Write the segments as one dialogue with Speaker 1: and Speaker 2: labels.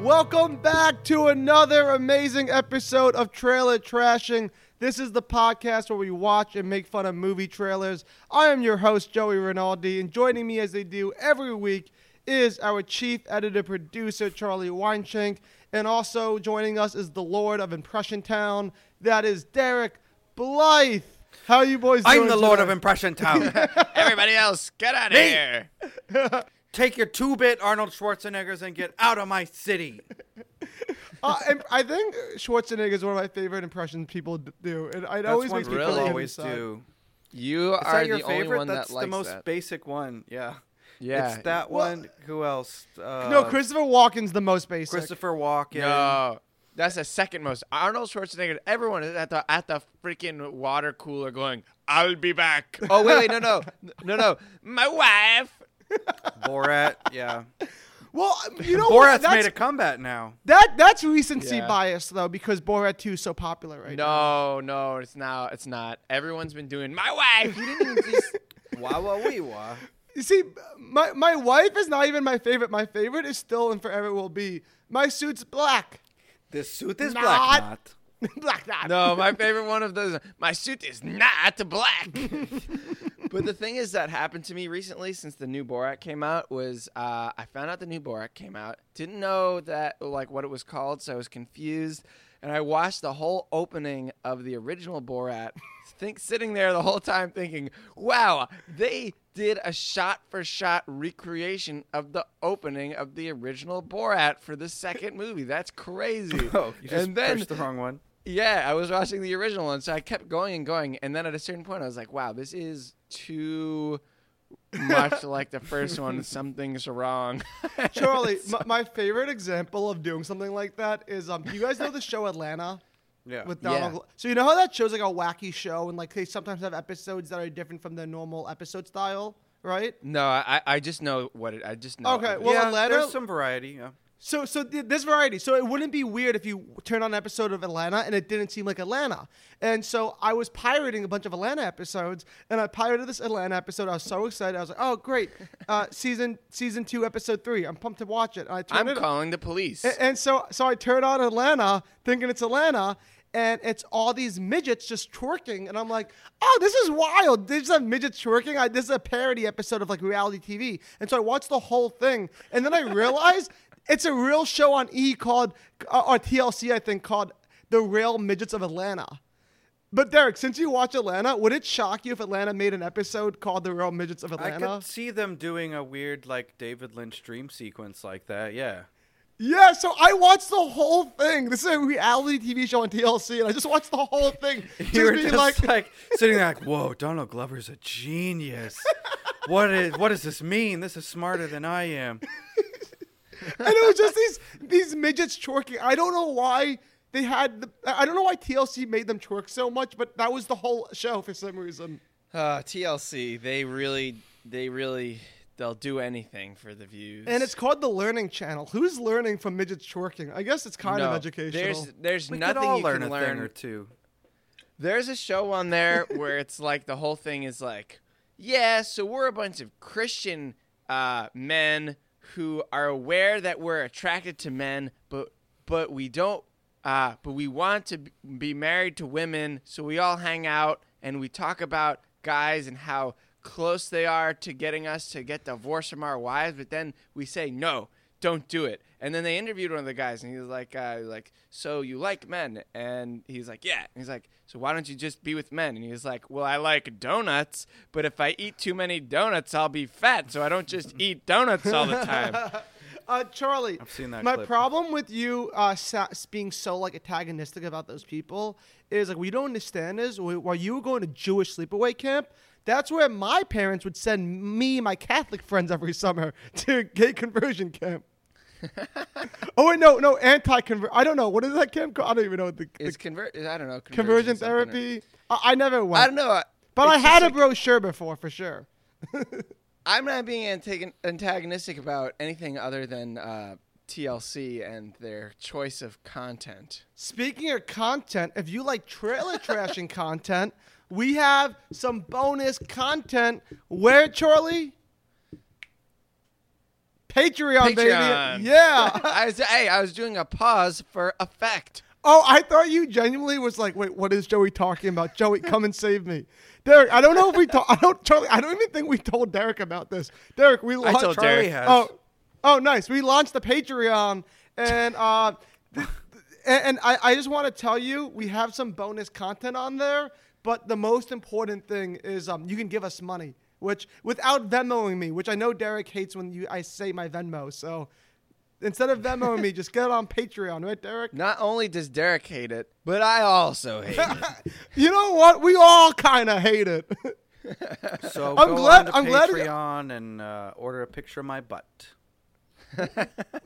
Speaker 1: Welcome back to another amazing episode of Trailer Trashing. This is the podcast where we watch and make fun of movie trailers. I am your host, Joey Rinaldi, and joining me as they do every week is our chief editor producer, Charlie Weinchenk. And also joining us is the Lord of Impression Town, that is Derek Blythe. How you boys doing?
Speaker 2: I'm the Lord of
Speaker 1: tonight?
Speaker 2: Impression Town.
Speaker 3: Everybody else, get out of
Speaker 2: Me.
Speaker 3: here.
Speaker 2: Take your two bit Arnold Schwarzeneggers and get out of my city.
Speaker 1: Uh, and I think Schwarzenegger is one of my favorite impressions people d- do, and it
Speaker 2: That's
Speaker 1: always
Speaker 2: one
Speaker 1: makes me
Speaker 2: people
Speaker 3: really
Speaker 1: really
Speaker 2: always do.
Speaker 3: You
Speaker 2: Is
Speaker 3: are
Speaker 2: that your
Speaker 3: the only
Speaker 2: favorite?
Speaker 3: one
Speaker 2: That's
Speaker 3: that likes
Speaker 2: the most
Speaker 3: that.
Speaker 2: basic one. Yeah.
Speaker 3: yeah.
Speaker 2: It's that
Speaker 1: Well-
Speaker 2: one. Who else? Uh,
Speaker 1: No, Christopher Walken's the most basic.
Speaker 2: Christopher Walken.
Speaker 3: No, that's the second most. Arnold Schwarzenegger. Everyone is at the at the freaking water cooler going, "I'll be back." Oh wait, wait, no, no, no, no. My wife.
Speaker 2: Borat. Yeah.
Speaker 1: Well, you know what?
Speaker 2: Borat's
Speaker 1: That's,
Speaker 2: made a comeback now.
Speaker 1: that that's recency
Speaker 3: Yeah.
Speaker 1: bias though, because Borat 2 is so popular right
Speaker 3: No,
Speaker 1: now.
Speaker 3: no, it's now. It's not. Everyone's been doing my wife. You didn't even just.
Speaker 2: Wah wah wee wah.
Speaker 1: You see, my my wife is not even my favorite. My favorite is still and forever will be. My suit's black,
Speaker 2: This suit is
Speaker 1: Not-
Speaker 2: black knot.
Speaker 1: black that.
Speaker 3: No, my favorite one of those. My suit is not black. but the thing is that happened to me recently since the new Borat came out was uh, I found out the new Borat came out. Didn't know that like what it was called, so I was confused. And I watched the whole opening of the original Borat, think sitting there the whole time thinking, "Wow, they did a shot-for-shot recreation of the opening of the original Borat for the second movie. That's crazy."
Speaker 2: Oh, you just
Speaker 3: and then
Speaker 2: pushed the wrong one.
Speaker 3: yeah, I was watching the original one, so I kept going and going, and then at a certain point, I was like, "Wow, this is too much like the first one. Something's wrong."
Speaker 1: Charlie, my, my favorite example of doing something like that is um. You guys know the show Atlanta.
Speaker 2: Yeah.
Speaker 1: with
Speaker 3: Yeah.
Speaker 1: Donald. Glo- So you know how that show's like a wacky show, and like they sometimes have episodes that are different from their normal episode style, right?
Speaker 3: no, I, I just know what it. I just know.
Speaker 1: Okay, well-
Speaker 2: yeah,
Speaker 1: Atlanta-
Speaker 2: there's some variety. Yeah.
Speaker 1: So so th- there's variety. So it wouldn't be weird if you turned on an episode of Atlanta and it didn't seem like Atlanta. And so I was pirating a bunch of Atlanta episodes, and I pirated this Atlanta episode. I was so excited. I was like, oh great, uh, season season two, episode three. I'm pumped to watch it. And I turned
Speaker 3: I'm
Speaker 1: it
Speaker 3: calling the police.
Speaker 1: A- And so, so I turn on Atlanta, thinking it's Atlanta, and it's all these midgets just twerking, and I'm like, "Oh, this is wild! There's a midget twerking. I, this is a parody episode of like reality TV." And so I watched the whole thing, and then I realized it's a real show on E called uh, or TLC, I think, called "The Real Midgets of Atlanta." But Derek, since you watch Atlanta, would it shock you if Atlanta made an episode called "The Real Midgets of
Speaker 2: I
Speaker 1: Atlanta"?
Speaker 2: could see them doing a weird like David Lynch dream sequence like that. Yeah.
Speaker 1: Yeah, so I watched the whole thing. This is a reality TV show on TLC, and I just watched the whole thing. Just
Speaker 2: you were
Speaker 1: being
Speaker 2: just
Speaker 1: like,
Speaker 2: like, sitting there like, whoa, Donald Glover's a genius. What is what does this mean? This is smarter than I am.
Speaker 1: and it was just these these midgets twerking. I don't know why they had. The, I don't know why TLC made them twerk so much, but that was the whole show for some reason.
Speaker 3: uh, TLC. They really, they really, they'll do anything for the views.
Speaker 1: And it's called the Learning Channel. Who's learning from midgets twerking? I guess it's kind of
Speaker 3: No,
Speaker 1: educational.
Speaker 3: There's, there's
Speaker 2: We
Speaker 3: nothing
Speaker 2: could all
Speaker 3: you
Speaker 2: learn
Speaker 3: can
Speaker 2: a
Speaker 3: learn
Speaker 2: thing or two.
Speaker 3: There's a show on there where it's like the whole thing is like, yeah, so we're a bunch of Christian uh, men who are aware that we're attracted to men, but but we don't, uh, but we want to b- be married to women, so we all hang out and we talk about guys and how close they are to getting us to get divorced from our wives, but then we say no don't do it. And then they interviewed one of the guys, and he was like, uh, like, so you like men? And he's like, yeah. And he's like, so why don't you just be with men? And he was like, well, I like donuts, but if I eat too many donuts, I'll be fat. So I don't just eat donuts all the time.
Speaker 1: Uh, Charlie, I've
Speaker 2: seen that
Speaker 1: My
Speaker 2: clip.
Speaker 1: problem with you uh, sa- being so like antagonistic about those people is like what you don't understand is wh- while you were going to Jewish sleepaway camp, that's where my parents would send me my Catholic friends every summer to gay conversion camp. oh wait, no, no, anti convert. I don't know what is that camp called. I don't even know what the, the
Speaker 3: Is convert? I don't know.
Speaker 1: conversion
Speaker 3: something or-
Speaker 1: therapy. I, I never went,
Speaker 3: I don't know. uh,
Speaker 1: but I
Speaker 3: It's just
Speaker 1: had a
Speaker 3: like-
Speaker 1: brochure before for sure.
Speaker 3: I'm not being antagon- antagonistic about anything other than uh, TLC and their choice of content.
Speaker 1: Speaking of content, if you like trailer trashing content, we have some bonus content. Where, Charlie? Patreon,
Speaker 3: Patreon.
Speaker 1: baby. Yeah.
Speaker 3: I was, hey, I was doing a pause for effect.
Speaker 1: oh, I thought you genuinely was like, wait, what is Joey talking about? Joey, come and save me. Derek, I don't know if we talk. I don't, Charlie. I don't even think we told Derek about this. Derek, we launched.
Speaker 3: told
Speaker 2: Charlie Derek. has.
Speaker 1: Oh, oh, nice. We launched the Patreon, and uh, th- th- and and I, I just want to tell you, we have some bonus content on there. But the most important thing is um, you can give us money, which without Venmoing me, which I know Derek hates when you I say my Venmo. So instead of Venmoing me, just get it on Patreon, right, Derek?
Speaker 3: Not only does Derek hate it, but I also hate it.
Speaker 1: You know what? We all kind of hate it.
Speaker 2: So
Speaker 1: I'm
Speaker 2: go
Speaker 1: glad-
Speaker 2: on to
Speaker 1: I'm glad you-
Speaker 2: Patreon and uh, order a picture of my butt.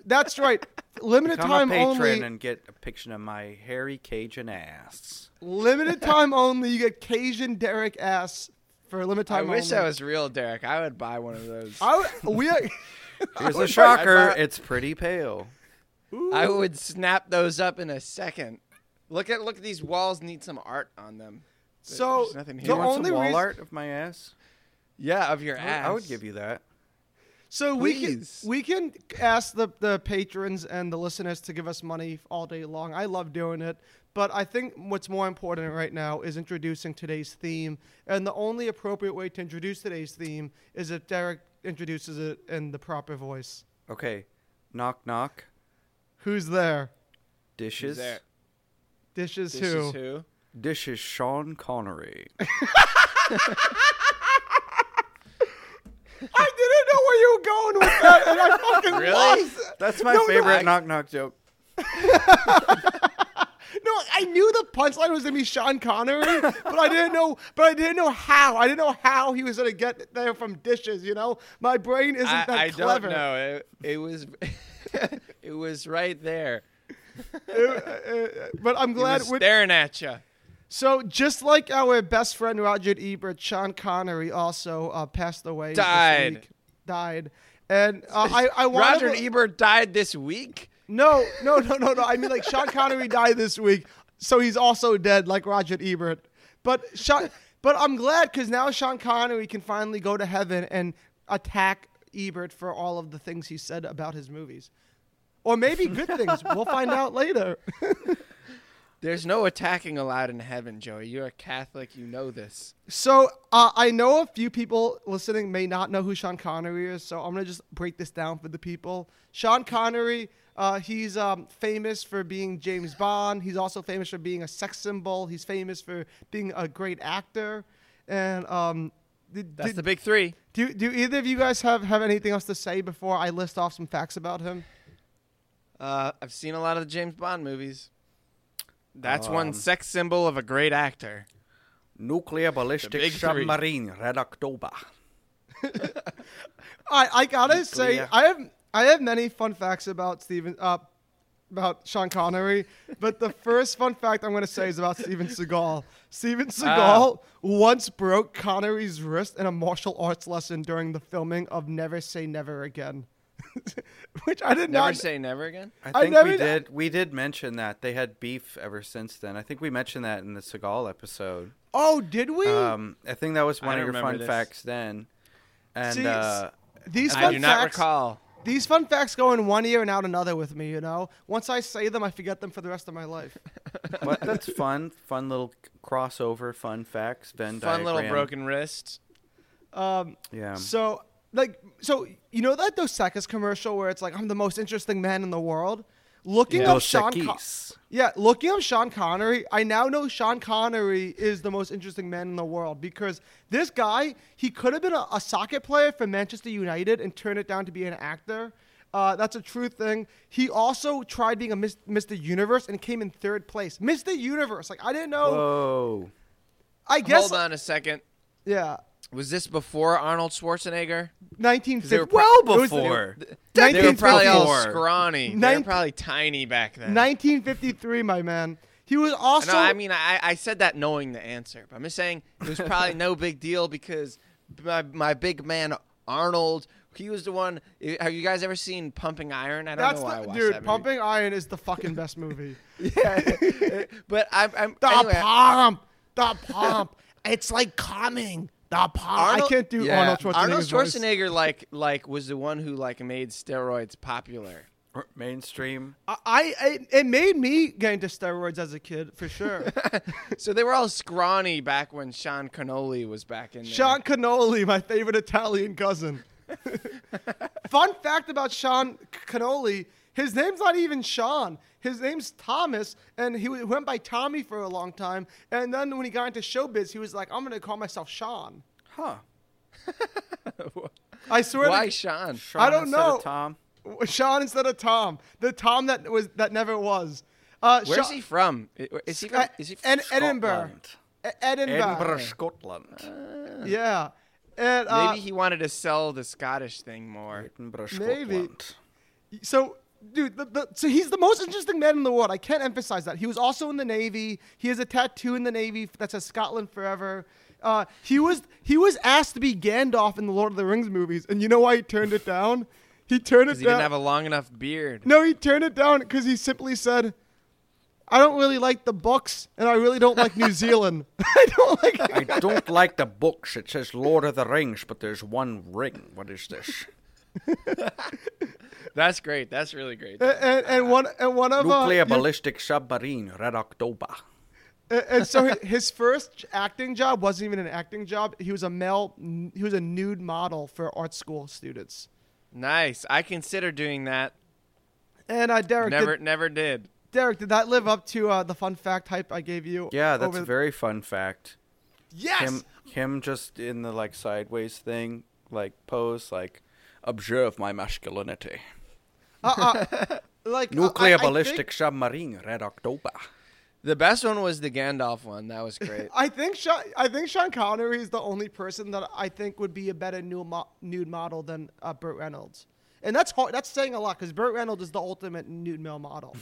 Speaker 1: That's right. Limited
Speaker 2: Become
Speaker 1: time
Speaker 2: a patron
Speaker 1: only.
Speaker 2: and get a picture of my hairy Cajun ass.
Speaker 1: limited time only. You get Cajun Derek ass for a limited
Speaker 3: I
Speaker 1: time.
Speaker 3: wish
Speaker 1: only.
Speaker 3: I was real, Derek. I would buy one of those.
Speaker 1: I would- we are-
Speaker 2: Here's
Speaker 3: would
Speaker 2: a
Speaker 3: buy-
Speaker 2: shocker.
Speaker 3: I'd buy-
Speaker 2: It's pretty pale.
Speaker 3: I would snap those up in a second. Look at look at these walls need some art on them.
Speaker 1: so
Speaker 3: There's nothing
Speaker 1: the
Speaker 2: Do you
Speaker 3: here.
Speaker 2: want
Speaker 1: only
Speaker 2: some wall
Speaker 1: reason-
Speaker 2: art of my ass?
Speaker 3: Yeah, of your ass.
Speaker 2: I would give you that.
Speaker 1: So we can
Speaker 3: Please.
Speaker 1: we can ask the the patrons and the listeners to give us money all day long. I love doing it, but I think what's more important right now is introducing today's theme. And the only appropriate way to introduce today's theme is if Derek introduces it in the proper voice.
Speaker 2: Okay. Knock knock.
Speaker 1: Who's there?
Speaker 2: Dishes.
Speaker 3: there?
Speaker 1: Dishes
Speaker 3: This
Speaker 1: who?
Speaker 3: is who?
Speaker 2: This is Sean Connery.
Speaker 1: I didn't know where you were going with that, and I fucking
Speaker 3: Really?
Speaker 1: lost it.
Speaker 2: That's my
Speaker 1: No, no,
Speaker 2: favorite
Speaker 1: I-
Speaker 2: knock knock joke.
Speaker 1: No, I knew the punchline was gonna be Sean Connery, but I didn't know. But I didn't know how. I didn't know how he was gonna get there from dishes. You know, my brain isn't
Speaker 3: I,
Speaker 1: that
Speaker 3: I don't
Speaker 1: clever.
Speaker 3: know. It, it was it was right there.
Speaker 1: But I'm
Speaker 3: He
Speaker 1: glad.
Speaker 3: was
Speaker 1: With,
Speaker 3: staring at you.
Speaker 1: so just like our best friend Roger Ebert, Sean Connery also uh, passed away. this
Speaker 3: Died.
Speaker 1: week. Died. And uh, I, I wanted
Speaker 3: Roger
Speaker 1: to-
Speaker 3: Ebert died this week.
Speaker 1: No, no, no, no, no. I mean, like Sean Connery died this week, so he's also dead, like Roger Ebert. But Sean, but I'm glad because now Sean Connery can finally go to heaven and attack Ebert for all of the things he said about his movies, or maybe good things. we'll find out later.
Speaker 3: There's no attacking allowed in heaven, Joey. You're a Catholic. You know this.
Speaker 1: So uh, I know a few people listening may not know who Sean Connery is, so I'm gonna just break this down for the people. Sean Connery, uh, he's um, famous for being James Bond. He's also famous for being a sex symbol. He's famous for being a great actor. And um, did,
Speaker 3: That's
Speaker 1: did-
Speaker 3: the big three.
Speaker 1: do do either of you guys have have anything else to say before I list off some facts about him?
Speaker 3: Uh, I've seen a lot of the James Bond movies. That's
Speaker 2: Um,
Speaker 3: one sex symbol of a great actor.
Speaker 2: Nuclear
Speaker 3: big
Speaker 2: ballistic
Speaker 3: three.
Speaker 2: submarine, Red October.
Speaker 1: I I gotta say
Speaker 2: Leah.
Speaker 1: I have I have many fun facts about Steven uh, about Sean Connery, but the first fun fact I'm gonna say is about Steven
Speaker 3: Ah.
Speaker 1: Seagal. Steven Seagal once broke Connery's wrist in a martial arts lesson during the filming of Never Say Never Again, which I did
Speaker 3: Never
Speaker 1: not.
Speaker 3: say never again.
Speaker 1: I
Speaker 2: I think
Speaker 1: never-
Speaker 2: we did. We did mention that they had beef ever since then. I think we mentioned that in the Seagal episode.
Speaker 1: oh, did we?
Speaker 2: Um, I think that was one of
Speaker 3: don't
Speaker 2: your
Speaker 3: remember
Speaker 2: fun
Speaker 3: this.
Speaker 2: facts then. And
Speaker 1: See,
Speaker 2: uh,
Speaker 1: these
Speaker 3: I
Speaker 1: fun
Speaker 3: do not
Speaker 1: facts-
Speaker 3: recall.
Speaker 1: These fun facts go in one ear and out another with me. You know, once I say them, I forget them for the rest of my life.
Speaker 2: but that's fun. Fun little crossover. Fun facts. Venn
Speaker 3: Fun little
Speaker 2: diagram.
Speaker 3: broken wrist.
Speaker 2: Yeah.
Speaker 1: So, like, so you know that Dos Equis commercial where it's like, "I'm the most interesting man in the world." Looking up
Speaker 2: Dos
Speaker 1: Sean, Con-
Speaker 2: Equis.
Speaker 1: yeah, looking up Sean Connery. I now know Sean Connery is the most interesting man in the world because this guy, he could have been a, a socket player for Manchester United and turned it down to be an actor. Uh, that's a true thing. He also tried being a Mis- Mr. Universe and came in third place. Mr. Universe, like I didn't know.
Speaker 2: Whoa.
Speaker 1: I guess,
Speaker 3: Hold on a second.
Speaker 1: yeah,
Speaker 3: Was this before Arnold Schwarzenegger?
Speaker 1: nineteen
Speaker 3: they were pro-
Speaker 1: fifty.
Speaker 2: Well
Speaker 1: It was the-
Speaker 2: before.
Speaker 3: They were probably all
Speaker 2: 1954.
Speaker 3: scrawny. They were
Speaker 1: Nin-
Speaker 3: probably tiny back then.
Speaker 1: 1953, my man. He was also.
Speaker 3: no, I mean I, I said that knowing the answer, but I'm just saying it was probably no big deal because my my big man Arnold, he was the one. Have you guys ever seen Pumping Iron? I don't
Speaker 1: that's
Speaker 3: know why I
Speaker 1: the
Speaker 3: watched
Speaker 1: dude.
Speaker 3: that movie.
Speaker 1: Pumping Iron is the fucking best movie.
Speaker 3: but I'm, I'm
Speaker 1: the
Speaker 3: anyway,
Speaker 1: pump, the pump. It's like coming. The pop. I
Speaker 3: Arnold-
Speaker 1: can't do
Speaker 2: Yeah.
Speaker 1: Arnold Schwarzenegger.
Speaker 3: Arnold Schwarzenegger like like was the one who like made steroids popular.
Speaker 2: Or mainstream.
Speaker 1: I, I, it made me get into steroids as a kid for sure.
Speaker 3: So they were all scrawny back when Sean Connolly was back in there.
Speaker 1: Sean Cannoli, my favorite Italian cousin. Fun fact about Sean Cannoli: his name's not even Sean. His name's Thomas, and he went by Tommy for a long time. And then when he got into showbiz, he was like, "I'm gonna call myself Sean."
Speaker 2: Huh.
Speaker 1: I swear.
Speaker 3: Why
Speaker 1: to-
Speaker 3: Sean?
Speaker 2: Sean
Speaker 1: I don't
Speaker 2: instead of
Speaker 1: know.
Speaker 2: Tom.
Speaker 1: Sean instead of Tom, the Tom that was that never was. Uh,
Speaker 3: Where's
Speaker 1: Sean-
Speaker 3: he from? I- Is he from?
Speaker 1: Scot-
Speaker 3: Is he from
Speaker 1: Ed- Edinburgh. Uh,
Speaker 2: Scotland.
Speaker 1: E- Edinburgh.
Speaker 2: Edinburgh, Scotland.
Speaker 1: Yeah. And uh,
Speaker 3: Maybe he wanted to sell the Scottish thing more.
Speaker 2: Edinburgh,
Speaker 1: Maybe.
Speaker 2: Scotland.
Speaker 1: so, dude, the, the, so he's the most interesting man in the world. I can't emphasize that. He was also in the Navy. He has a tattoo in the Navy that says Scotland forever. Uh, he was he was asked to be Gandalf in the Lord of the Rings movies, and you know why he turned it down? He turned it
Speaker 3: Because he
Speaker 1: down.
Speaker 3: didn't have a long enough beard.
Speaker 1: No, he turned it down because he simply said, "I don't really like the books, and I really don't like New Zealand. I don't
Speaker 2: I
Speaker 1: like."
Speaker 2: don't like the books. It says Lord of the Rings, but there's one ring. What is this?
Speaker 3: That's great. That's really great.
Speaker 1: And, and one and one of uh,
Speaker 2: Nuclear
Speaker 1: your-
Speaker 2: ballistic submarine, Red October.
Speaker 1: and and so hi- his first acting job wasn't even an acting job. He was a male. He was a nude model for art school students.
Speaker 3: Nice. I consider doing that.
Speaker 1: And uh, Derek,
Speaker 3: Never,
Speaker 1: Did,
Speaker 3: never did.
Speaker 1: Derek, did that live up to uh, the fun fact hype I gave you?
Speaker 2: Yeah, that's
Speaker 1: over
Speaker 2: a
Speaker 1: the-
Speaker 2: very fun fact.
Speaker 1: yes.
Speaker 2: Him, him just in the like sideways thing, like pose, like observe my masculinity.
Speaker 1: like uh,
Speaker 2: Nuclear
Speaker 1: I- I
Speaker 2: ballistic
Speaker 1: think-
Speaker 2: submarine, Red October.
Speaker 3: The best one was the Gandalf one. That was great.
Speaker 1: I think Sean, I think Sean Connery is the only person that I think would be a better new mo- nude model than uh, Burt Reynolds, and that's hard, that's saying a lot because Burt Reynolds is the ultimate nude male model.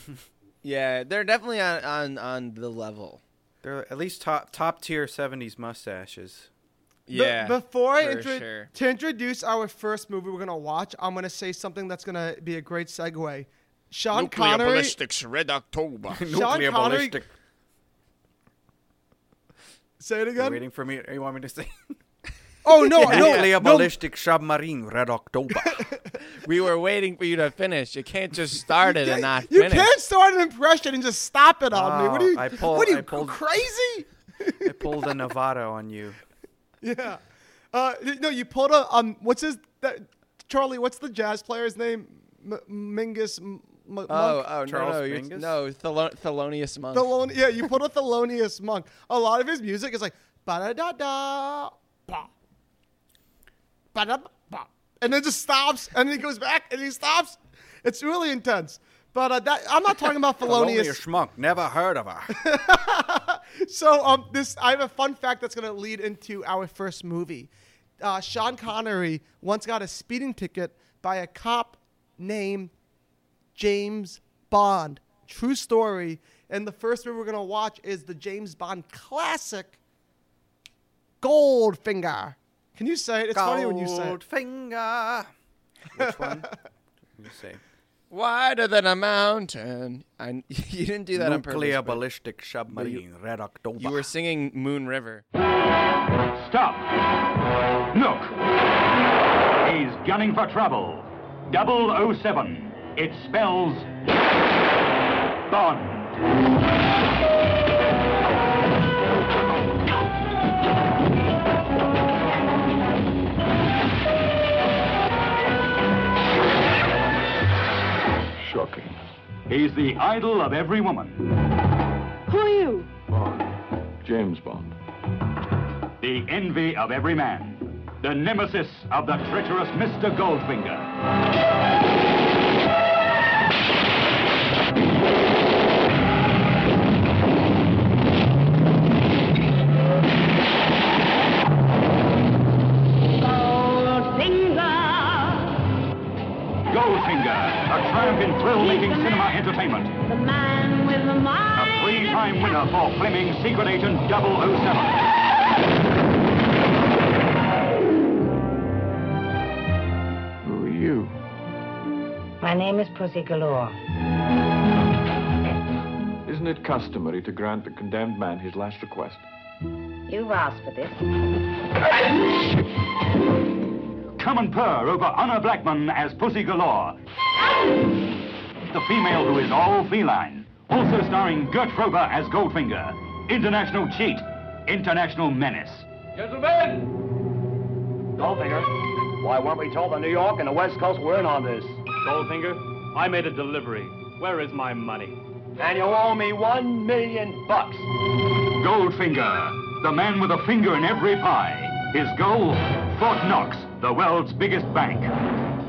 Speaker 3: yeah, they're definitely on on, on the level.
Speaker 2: They're at least top top tier '70s mustaches.
Speaker 1: Be-
Speaker 3: Yeah.
Speaker 1: before I
Speaker 3: for
Speaker 1: intro-
Speaker 3: sure.
Speaker 1: to introduce our first movie we're gonna watch, I'm gonna say something that's gonna be a great segue. Sean Connery.
Speaker 3: Red October.
Speaker 1: Connery-
Speaker 2: Nuclear ballistic.
Speaker 1: Say it
Speaker 2: You're
Speaker 1: again.
Speaker 2: waiting for me. You want me to say?
Speaker 1: Oh no, no,
Speaker 2: Nuclear
Speaker 1: no,
Speaker 2: ballistic submarine, Red October.
Speaker 3: we were waiting for you to finish. You can't just start it and not
Speaker 1: You
Speaker 3: finish.
Speaker 1: can't start an impression and just stop it on me. What are
Speaker 2: Oh,
Speaker 1: you?
Speaker 2: I pulled-
Speaker 1: what are you
Speaker 2: I pulled-
Speaker 1: crazy?
Speaker 2: I pulled a Novato on you.
Speaker 1: Yeah. Uh, th- no, you pulled a um. What's his? That, Charlie, what's the jazz player's name? M- Mingus. M- M-
Speaker 3: Oh,
Speaker 1: Monk?
Speaker 3: oh no,
Speaker 2: Charles
Speaker 3: no, you're-
Speaker 2: Mingus?
Speaker 3: no, Thelo- Thelonious Monk.
Speaker 1: Thelon- yeah, you put a Thelonious Monk. A lot of his music is like ba da da da ba ba da ba, and then just stops, and then he goes back, and he stops. It's really intense. But uh, that I'm not talking about Thelonious.
Speaker 2: Thelonious Monk. Never heard of her.
Speaker 1: So um, this I have a fun fact that's going to lead into our first movie. Uh, Sean Connery once got a speeding ticket by a cop named James Bond. True story. And the first movie we're going to watch is the James Bond classic, Goldfinger. Can you say it? It's funny when you say it.
Speaker 2: Goldfinger. Which one? Can you say?
Speaker 3: Wider than a mountain. I, you didn't do that on purpose.
Speaker 2: Nuclear
Speaker 3: but
Speaker 2: ballistic submarine, Red October.
Speaker 3: you were singing Moon River.
Speaker 4: Stop! Look! He's gunning for trouble. 007. It spells Bond.
Speaker 5: Shocking.
Speaker 4: He's the idol of every woman.
Speaker 6: Who are you?
Speaker 5: Bond. James Bond.
Speaker 4: The envy of every man. The nemesis of the treacherous Mr. Goldfinger.
Speaker 6: Goldfinger,
Speaker 4: Goldfinger, a triumphant thrill-making
Speaker 6: He's the
Speaker 4: cinema
Speaker 6: man.
Speaker 4: entertainment.
Speaker 6: the man with the
Speaker 4: A
Speaker 6: mind.
Speaker 4: three-time winner for Fleming's Secret Agent 007.
Speaker 5: Who are you?
Speaker 7: My name is Pussy Galore.
Speaker 5: Isn't it customary to grant the condemned man his last request?
Speaker 7: You've asked for this.
Speaker 4: Come and purr over Anna Blackman as Pussy Galore. The female who is all feline. Also starring Gert Frober as Goldfinger. International cheat. International menace.
Speaker 8: Gentlemen!
Speaker 9: Goldfinger, why weren't we told the New York and the West Coast were in on this?
Speaker 8: Goldfinger, I made a delivery. Where is my money?
Speaker 9: And you owe me one million bucks.
Speaker 4: Goldfinger. The man with a finger in every pie. His goal? Fort Knox, the world's biggest bank.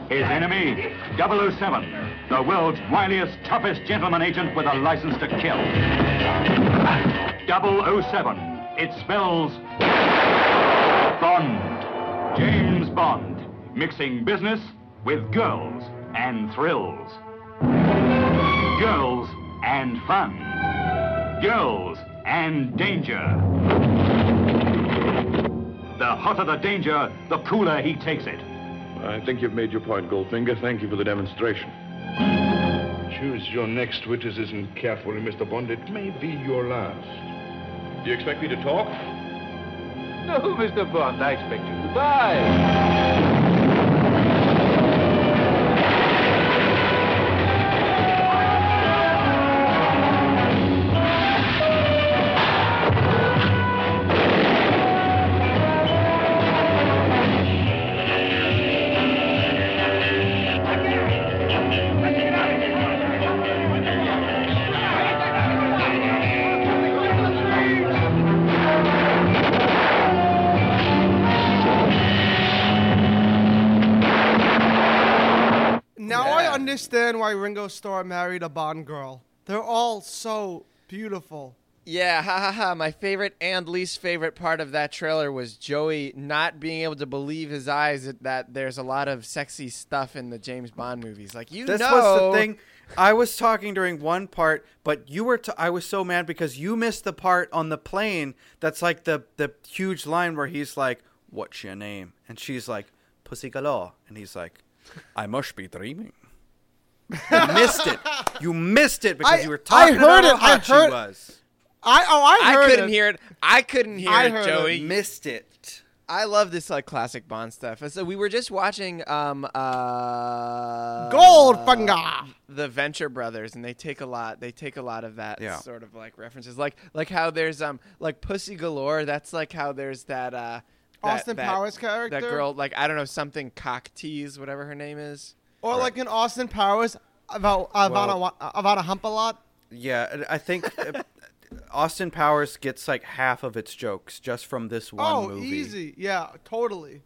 Speaker 4: His enemy? 007. The world's wiliest, toughest gentleman agent with a license to kill. 007. It spells Bond. James Bond. Mixing business with girls and thrills. Girls and fun. Girls and danger. The hotter the danger, the cooler he takes it.
Speaker 5: I think you've made your point, Goldfinger. Thank you for the demonstration. Choose your next witticism carefully, Mr. Bond. It may be your last. Do you expect me to talk?
Speaker 8: No, Mr. Bond, I expect you to die.
Speaker 1: Now
Speaker 3: Yeah.
Speaker 1: I understand why Ringo Starr married a Bond girl. They're all so beautiful.
Speaker 3: Yeah, ha ha ha. My favorite and least favorite part of that trailer was Joey not being able to believe his eyes that, that there's a lot of sexy stuff in the James Bond movies. Like, you
Speaker 2: This
Speaker 3: know.
Speaker 2: was the thing. I was talking during one part, but you were. T- I was so mad because you missed the part on the plane. That's like the the huge line where he's like, "What's your name?" and she's like, "Pussy galore," and he's like, "I must be dreaming." you missed it. You missed it because
Speaker 1: I-
Speaker 2: you were
Speaker 1: I
Speaker 2: talking
Speaker 1: heard
Speaker 2: about
Speaker 1: it.
Speaker 2: how
Speaker 1: I
Speaker 2: hot she
Speaker 1: heard-
Speaker 2: was.
Speaker 1: I oh I
Speaker 3: I
Speaker 1: heard
Speaker 3: couldn't
Speaker 1: it.
Speaker 3: hear it. I couldn't hear
Speaker 1: I
Speaker 3: it,
Speaker 1: heard it.
Speaker 3: Joey.
Speaker 2: Missed it.
Speaker 3: I love this like classic Bond stuff. And So we were just watching um uh
Speaker 1: Goldfinger.
Speaker 3: the Venture Brothers, and they take a lot. They take a lot of that
Speaker 2: Yeah.
Speaker 3: sort of like references, like like how there's um like Pussy Galore. That's like how there's that uh that,
Speaker 1: Austin
Speaker 3: that-
Speaker 1: Powers character?
Speaker 3: That girl, like I don't know something cock tease, whatever her name is.
Speaker 1: Or like in Austin Powers about about
Speaker 2: Well-
Speaker 1: a about a hump a lot.
Speaker 2: Yeah, and I think uh, Austin Powers gets like half of its jokes just from this one
Speaker 1: Oh,
Speaker 2: movie.
Speaker 1: easy. Yeah, totally.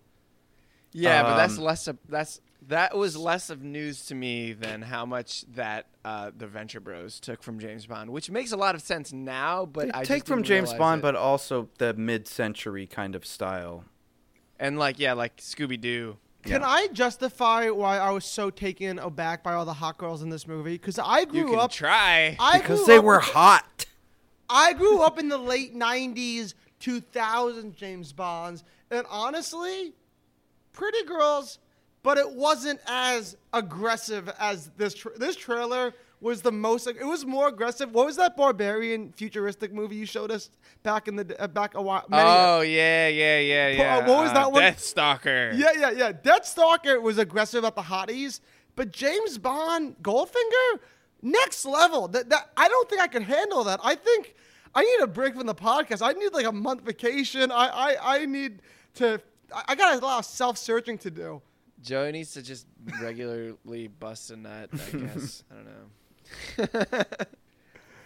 Speaker 3: Yeah, but that's
Speaker 2: Um,
Speaker 3: less of that's that was less of news to me than how much that uh, the Venture Bros took from James Bond, which makes a lot of sense now. But I
Speaker 2: take
Speaker 3: just
Speaker 2: from
Speaker 3: didn't
Speaker 2: James
Speaker 3: realize
Speaker 2: Bond,
Speaker 3: it.
Speaker 2: but also the mid-century kind of style.
Speaker 3: and like yeah, like Scooby Doo.
Speaker 1: Can I justify why I was so taken aback by all the hot girls in this movie? Because I
Speaker 3: You
Speaker 1: grew
Speaker 3: can
Speaker 1: up.
Speaker 3: try.
Speaker 1: I
Speaker 2: Because
Speaker 1: grew
Speaker 2: they
Speaker 1: up-
Speaker 2: were hot.
Speaker 1: I grew up in the late '90s, 2000 James Bonds, and honestly, pretty girls, but it wasn't as aggressive as this. Tra- this trailer was the most. It was more aggressive. What was that barbarian futuristic movie you showed us back in the uh, back a while? many-
Speaker 3: Oh yeah, yeah, yeah,
Speaker 1: Po-
Speaker 3: yeah.
Speaker 1: uh, what was
Speaker 3: Uh,
Speaker 1: that one?
Speaker 3: Death Stalker.
Speaker 1: Yeah, yeah, yeah. Deathstalker was aggressive about the hotties, but James Bond, Goldfinger, next level. That, that I don't think I could handle that. I think I need a break from the podcast. I need like a month vacation. I I, I need to. I, I got a lot of self searching to do.
Speaker 3: Joey needs to just regularly bust a nut. I guess I don't know.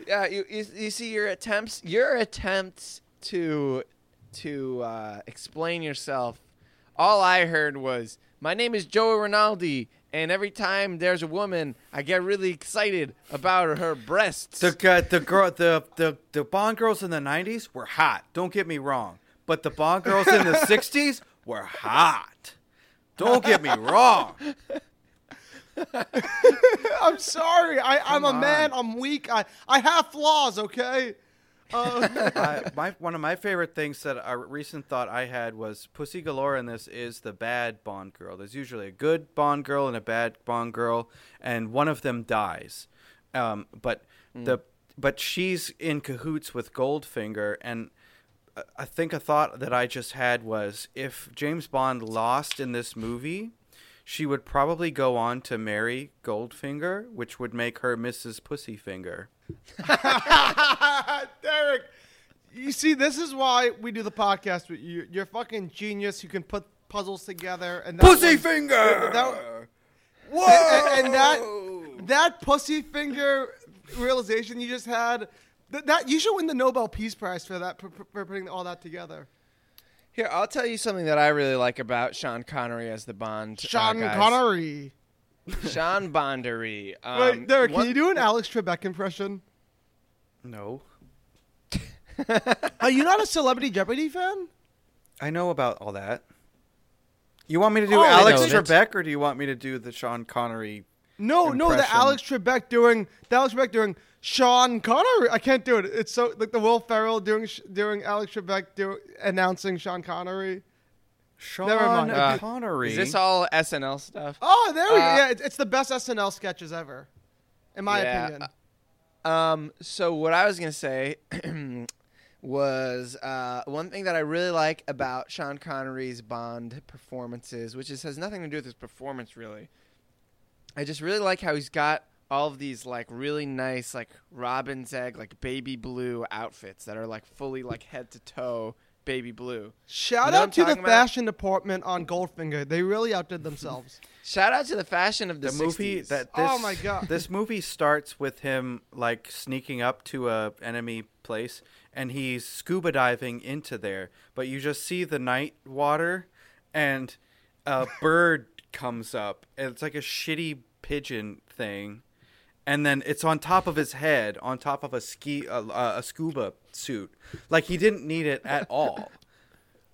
Speaker 3: yeah, you, you you see your attempts your attempts to to uh, explain yourself. All I heard was my name is Joey Rinaldi, and every time there's a woman, I get really excited about her breasts.
Speaker 2: The gu- the girl the, the the Bond girls in the '90s were hot. Don't get me wrong, but the Bond girls in the '60s were hot. Don't get me wrong.
Speaker 1: I'm sorry. I I'm a man. I'm weak. I I have flaws. Okay. Uh,
Speaker 2: I, my one of my favorite things that a recent thought I had was Pussy Galore in this is the bad Bond girl. There's usually a good Bond girl and a bad Bond girl, and one of them dies. Um, but the but she's in cahoots with Goldfinger, and I- I think a thought that I just had was if James Bond lost in this movie, she would probably go on to marry Goldfinger, which would make her Mrs. Pussyfinger.
Speaker 1: Derek, you see, this is why we do the podcast. with You, you're a fucking genius. You can put puzzles together and that
Speaker 2: Pussy
Speaker 1: one-
Speaker 2: finger!
Speaker 1: That, Whoa! And, and that that pussy finger realization you just had. That, that you should win the Nobel Peace Prize for that for, for putting all that together.
Speaker 3: Here, I'll tell you something that I really like about Sean Connery as the Bond. uh,
Speaker 1: Sean
Speaker 3: guys.
Speaker 1: Connery.
Speaker 3: Sean Bondery. Um,
Speaker 1: Wait, Derek,
Speaker 3: one-
Speaker 1: can you do an Alex Trebek impression?
Speaker 2: No.
Speaker 1: Are you not a Celebrity Jeopardy fan?
Speaker 2: I know about all that. You want me to do
Speaker 1: Oh, I
Speaker 2: Alex
Speaker 1: know
Speaker 3: that.
Speaker 2: Trebek or do you want me to do the Sean Connery?
Speaker 1: No, no, the
Speaker 2: impression.
Speaker 1: Alex Trebek doing the Alex Trebek doing Sean Connery. I can't do it. It's so like the Will Ferrell doing sh- doing Alex Trebek do, announcing Sean Connery.
Speaker 2: Sean
Speaker 1: mind. Uh,
Speaker 2: Connery.
Speaker 3: Is this all SNL stuff?
Speaker 1: Oh, there we go.
Speaker 3: Uh,
Speaker 1: Yeah, it's, it's the best SNL sketches ever, in my
Speaker 3: Yeah, uh,
Speaker 1: opinion.
Speaker 3: Um, so what I was gonna say was uh, one thing that I really like about Sean Connery's Bond performances, which is has nothing to do with his performance really. I just really like how he's got all of these like really nice like robin's egg like baby blue outfits that are like fully like head to toe baby blue.
Speaker 1: Shout
Speaker 3: You know what I'm
Speaker 1: out to the
Speaker 3: talking about?
Speaker 1: fashion department on Goldfinger. They really outdid themselves.
Speaker 3: Shout out to the fashion of the,
Speaker 2: the movie
Speaker 3: 60s.
Speaker 2: that this,
Speaker 1: Oh my God.
Speaker 2: this movie starts with him like sneaking up to a enemy place and he's scuba diving into there but you just see the night water and a bird comes up and it's like a shitty pigeon thing and then it's on top of his head on top of a ski a, a scuba suit like he didn't need it at all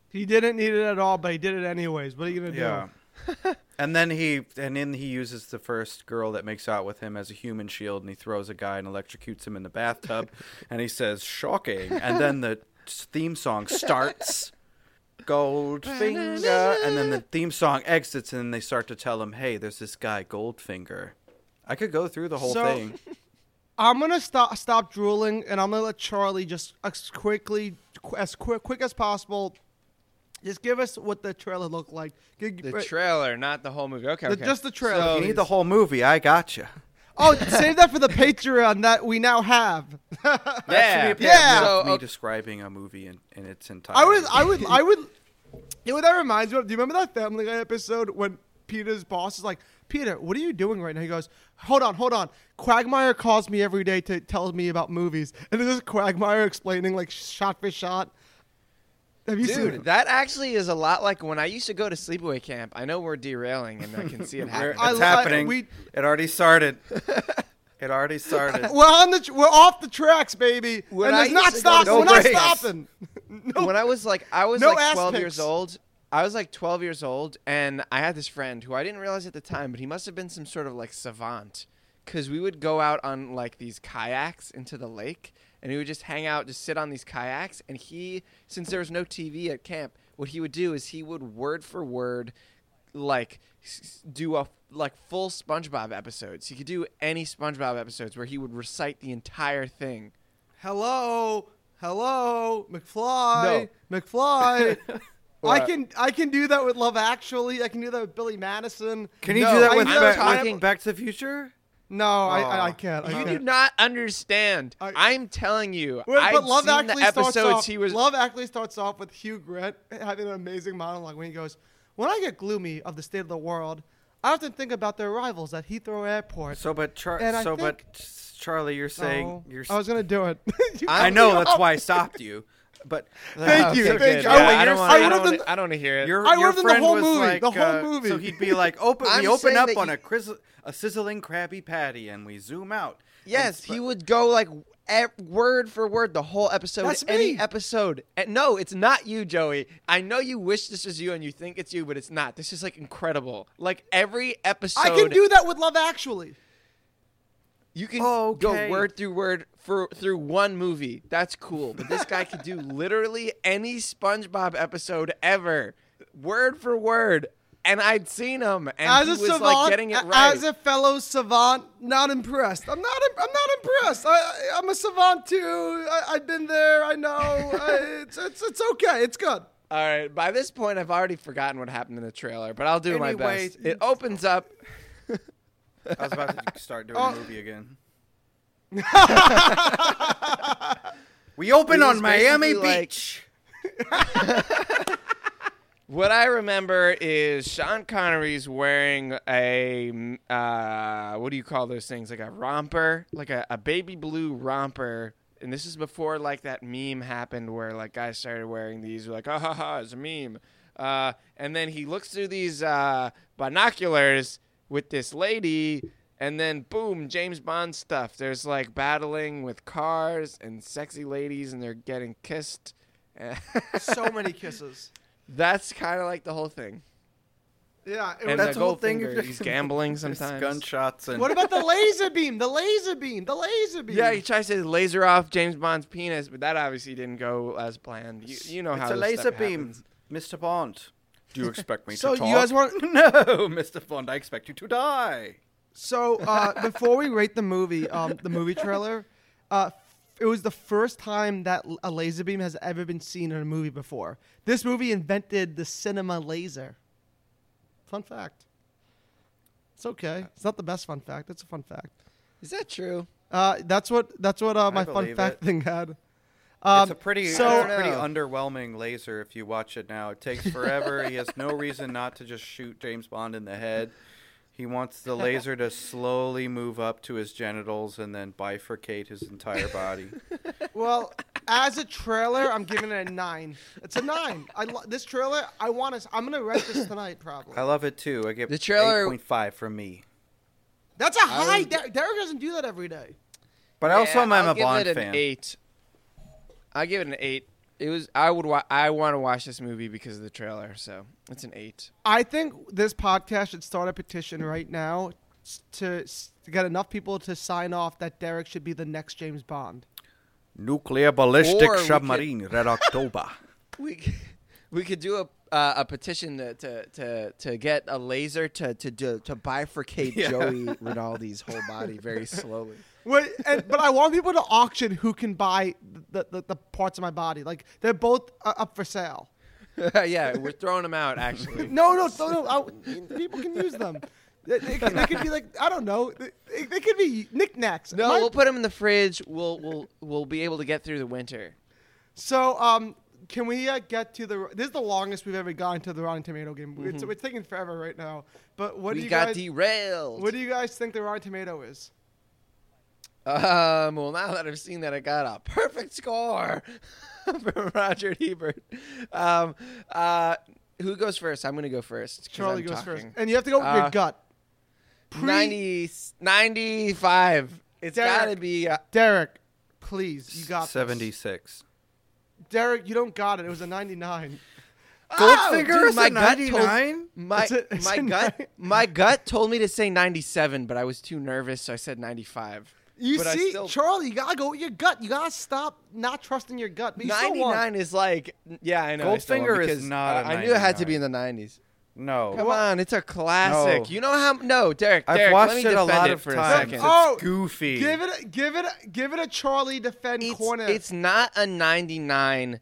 Speaker 1: he didn't need it at all, but he did it anyways. What are you gonna do?
Speaker 2: and then he and then he uses the first girl that makes out with him as a human shield and he throws a guy and electrocutes him in the bathtub and he says shocking and then the theme song starts Goldfinger and then the theme song exits and then they start to tell him hey there's this guy Goldfinger I could go through the whole
Speaker 1: So-
Speaker 2: thing
Speaker 1: I'm gonna stop stop drooling, and I'm gonna let Charlie just as quickly, as quick, quick as possible, just give us what the trailer looked like. Give-
Speaker 3: the
Speaker 1: uh,
Speaker 3: trailer, not the whole movie. Okay,
Speaker 1: The-
Speaker 3: okay.
Speaker 1: just the trailer.
Speaker 2: you
Speaker 1: please.
Speaker 2: need the whole movie I got you
Speaker 1: oh, save that for the Patreon that we now have.
Speaker 3: yeah,
Speaker 2: Should be a
Speaker 1: Yeah. uh,
Speaker 2: minute
Speaker 3: So,
Speaker 2: of me
Speaker 3: okay.
Speaker 2: describing a movie in, in its entirety
Speaker 1: I would, I would, I would. You know what that reminds me of? Do you remember that Family Guy episode when Peter's boss is like, "Peter, what are you doing right now?" He goes, "Hold on, hold on." Quagmire calls me every day to tell me about movies, and it's just Quagmire explaining like shot for shot. Have you seen
Speaker 3: Dude,
Speaker 1: it?
Speaker 3: that actually is a lot like when I used to go to sleepaway camp. I know we're derailing, and I can see it
Speaker 2: We're-
Speaker 3: happening.
Speaker 2: it's
Speaker 1: I- I-
Speaker 2: happening
Speaker 1: we-
Speaker 2: it already started it already started
Speaker 1: We're on the, tr- we're off the tracks, baby.
Speaker 3: When
Speaker 1: and
Speaker 3: I
Speaker 1: it's not
Speaker 3: used to go
Speaker 1: stopping.
Speaker 3: to
Speaker 1: we're not
Speaker 2: sleep- No
Speaker 1: stopping. no,
Speaker 3: when I was like, I was
Speaker 1: No ass
Speaker 3: like 12
Speaker 1: pics.
Speaker 3: years old. I was like 12 years old, and I had this friend who I didn't realize at the time, but he must have been some sort of like savant, because we would go out on like these kayaks into the lake, and we would just hang out, just sit on these kayaks. And he, since there was no TV at camp, what he would do is he would word for word, like s- s- do a like full SpongeBob episodes. He could do any SpongeBob episodes where he would recite the entire thing.
Speaker 1: hello, hello, McFly, McFly. I
Speaker 3: What?
Speaker 1: can I can do that with Love Actually. I can do that with Billy Madison.
Speaker 2: Can you
Speaker 3: No,
Speaker 2: do that
Speaker 1: I-
Speaker 2: with,
Speaker 1: I'm
Speaker 2: Back-
Speaker 3: talking-
Speaker 2: with Oh. Back to the Future?
Speaker 1: No, I, I, I can't. I
Speaker 3: You do
Speaker 1: can't.
Speaker 3: not understand.
Speaker 1: I-
Speaker 3: I, am telling you.
Speaker 1: Wait,
Speaker 3: I've
Speaker 1: but Love
Speaker 3: seen
Speaker 1: actually
Speaker 3: the
Speaker 1: starts
Speaker 3: episodes
Speaker 1: off.
Speaker 3: he was.
Speaker 1: Love actually starts off with Hugh Grant having an amazing monologue when he goes, "When I get gloomy of the state of the world, I often think about their rivals at Heathrow Airport."
Speaker 2: So, but Char-
Speaker 1: And I
Speaker 2: so, but
Speaker 1: think-
Speaker 2: s- Charlie, you're saying
Speaker 1: No,
Speaker 2: you're. s-
Speaker 1: I was gonna do it. You
Speaker 2: I
Speaker 1: cut
Speaker 2: know
Speaker 1: me
Speaker 2: that's
Speaker 1: off.
Speaker 2: why I stopped you, but
Speaker 1: Thank you,
Speaker 2: Okay,
Speaker 1: thank
Speaker 2: good.
Speaker 1: you.
Speaker 3: Yeah,
Speaker 1: I
Speaker 3: I
Speaker 1: would've-
Speaker 3: don't want.
Speaker 1: I
Speaker 3: I
Speaker 1: would've
Speaker 3: don't.
Speaker 1: done-
Speaker 3: I don't wanna hear it.
Speaker 2: Your,
Speaker 1: I
Speaker 2: your
Speaker 1: would've done the
Speaker 2: friend
Speaker 1: whole
Speaker 2: was
Speaker 1: movie,
Speaker 2: Like,
Speaker 1: the whole
Speaker 2: uh,
Speaker 1: movie.
Speaker 2: So he'd be like, "Open,
Speaker 3: I'm
Speaker 2: we open
Speaker 3: saying
Speaker 2: up
Speaker 3: that
Speaker 2: on
Speaker 3: you-
Speaker 2: a, crizzle, a sizzling Krabby Patty, and we zoom out." And
Speaker 3: yes,
Speaker 2: sp-
Speaker 3: he would go like e- word for word the whole episode.
Speaker 1: That's
Speaker 3: any
Speaker 1: me.
Speaker 3: episode. And no, it's not you, Joey. I know you wish this was you and you think it's you, but it's not. This is like incredible. Like every episode,
Speaker 1: I can do that with Love Actually.
Speaker 3: You can
Speaker 2: Okay.
Speaker 3: go word through word for through one movie. That's cool. But this guy could do literally any SpongeBob episode ever, word for word. and I'd seen him, and
Speaker 1: as
Speaker 3: he
Speaker 1: a
Speaker 3: was
Speaker 1: savant,
Speaker 3: like getting it
Speaker 1: a-
Speaker 3: right.
Speaker 1: as a fellow savant, not impressed. I'm not. I'm not impressed. I, I- I'm a savant too. I, I've been there. I know. I, it's, it's it's okay. It's good.
Speaker 3: All right. By this point, I've already forgotten what happened in the trailer, but I'll do my
Speaker 2: Anyway-
Speaker 3: best. It opens up.
Speaker 2: I was about to start doing
Speaker 1: Oh.
Speaker 2: a movie again. we open
Speaker 3: It was
Speaker 2: on Miami
Speaker 3: basically like-
Speaker 2: Beach.
Speaker 3: What I remember is Sean Connery's wearing a uh, what do you call those things? Like a romper, like a, a baby blue romper. And this is before like that meme happened where like guys started wearing these. We're like, ah ha ha, it's a meme. Uh, and then he looks through these uh, binoculars with this lady, and then boom, James Bond stuff. There's like battling with cars and sexy ladies, and they're getting kissed.
Speaker 1: So many kisses.
Speaker 3: That's kind of like the whole thing.
Speaker 1: Yeah. it
Speaker 3: And
Speaker 1: was-
Speaker 2: That's
Speaker 3: the
Speaker 2: the whole
Speaker 3: Goldfinger,
Speaker 2: thing. You're-
Speaker 3: He's gambling
Speaker 2: There's
Speaker 3: sometimes.
Speaker 2: Gunshots and
Speaker 1: what about the laser beam? The laser beam. The laser beam.
Speaker 3: Yeah, he tries to laser off James Bond's penis, but that obviously didn't go as planned. You, you know
Speaker 2: it's
Speaker 3: how
Speaker 2: a
Speaker 3: this
Speaker 2: laser
Speaker 3: stuff
Speaker 2: beam,
Speaker 3: happens.
Speaker 2: Mr. Bond. Do you expect me
Speaker 1: So
Speaker 2: to talk?
Speaker 1: you guys want-
Speaker 2: no, Mr. Bond. I expect you to die.
Speaker 1: So uh, before we rate the movie, um, the movie trailer, uh, it was the first time that l- a laser beam has ever been seen in a movie before. This movie invented the cinema laser. Fun fact. It's okay. It's not the best fun fact. It's a fun fact.
Speaker 3: Is that true?
Speaker 1: Uh, that's what that's what uh, my fun
Speaker 2: believe
Speaker 1: fact
Speaker 2: it.
Speaker 1: thing had. Um,
Speaker 2: it's a pretty,
Speaker 1: so-
Speaker 2: it's a pretty underwhelming laser if you watch it now. It takes forever. he has no reason not to just shoot James Bond in the head. He wants the laser to slowly move up to his genitals and then bifurcate his entire body.
Speaker 1: Well, as a trailer, I'm giving it a nine. It's a nine. I lo- this trailer. I want to. I'm gonna rent this tonight, probably.
Speaker 2: I love it too. I give
Speaker 3: The trailer-
Speaker 2: 8.5 from me.
Speaker 1: That's a high. Der- Derek doesn't do that every day.
Speaker 2: But also, I'm,
Speaker 3: I'll
Speaker 2: a
Speaker 3: give
Speaker 2: Bond
Speaker 3: it an
Speaker 2: fan.
Speaker 3: Eight. I give it an eight. It was. I would. Wa- I want to watch this movie because of the trailer, so it's an eight.
Speaker 1: I think this podcast should start a petition right now s- to, s- to get enough people to sign off that Derek should be the next James Bond.
Speaker 2: Nuclear ballistic
Speaker 3: Or we could-
Speaker 2: submarine, Red October.
Speaker 3: We c- we could do a uh, a petition to, to to to get a laser to to to, to bifurcate Joey Rinaldi's whole body very slowly.
Speaker 1: Wait, and, but I want people to auction who can buy the, the, the parts of my body. Like they're both uh, up for sale.
Speaker 3: yeah, we're throwing them out actually.
Speaker 1: No, no, no, no. I, people can use them. They, they, could- they could be like I don't know. They, they could be knickknacks.
Speaker 3: No,
Speaker 1: My-
Speaker 3: we'll put them in the fridge. We'll we'll we'll be able to get through the winter.
Speaker 1: So, um, can we uh, get to the? This is the longest we've ever gotten to the Rotten Tomato game. It's, it's taking forever right now. But what
Speaker 3: Mm-hmm.
Speaker 1: do
Speaker 3: we
Speaker 1: you
Speaker 3: got
Speaker 1: guys?
Speaker 3: derailed.
Speaker 1: What do you guys think the Rotten Tomato is?
Speaker 3: um, well, now that I've seen that, I got a perfect score from Roger Ebert. Um, uh, who goes first? I'm going to go first. 'cause
Speaker 1: Charlie
Speaker 3: I'm
Speaker 1: goes first,
Speaker 3: talking.
Speaker 1: and you have to go with your
Speaker 3: Uh,
Speaker 1: gut. Pre-
Speaker 3: 90, 95. It's
Speaker 1: Derek.
Speaker 3: got to be. Uh,
Speaker 1: Derek, please, you got this.
Speaker 2: 76.
Speaker 1: Derek, you don't got it. It was a ninety-nine. Oh,
Speaker 2: Goldfinger
Speaker 3: oh, dude,
Speaker 2: is
Speaker 3: my
Speaker 2: a
Speaker 3: gut told-
Speaker 2: 99?
Speaker 3: my
Speaker 1: It's a- it's
Speaker 3: my
Speaker 1: a
Speaker 3: gut
Speaker 1: nine.
Speaker 3: my gut told me to say 97, but I was too nervous, so I said 95.
Speaker 1: You
Speaker 3: But I
Speaker 1: see,
Speaker 3: still-
Speaker 1: Charlie, you gotta go with your gut. You gotta stop not trusting your gut. But you still won.
Speaker 3: 99 is like yeah, I know. I still won
Speaker 2: Goldfinger is
Speaker 3: because
Speaker 2: not
Speaker 3: I
Speaker 2: a
Speaker 3: I knew it had to be
Speaker 2: 99.
Speaker 3: in the 90s.
Speaker 2: No.
Speaker 3: Come on, it's a classic.
Speaker 2: No.
Speaker 3: You know how? No, Derek.
Speaker 2: I've
Speaker 3: Derek, let
Speaker 2: watched
Speaker 3: me
Speaker 2: it a
Speaker 3: defend
Speaker 2: lot
Speaker 3: it
Speaker 2: of
Speaker 3: for
Speaker 2: times.
Speaker 3: a second.
Speaker 2: It's
Speaker 1: Oh,
Speaker 2: goofy.
Speaker 1: Give it, a, give it, a, give it a Charlie defend
Speaker 3: It's,
Speaker 1: corner
Speaker 3: it's not a 99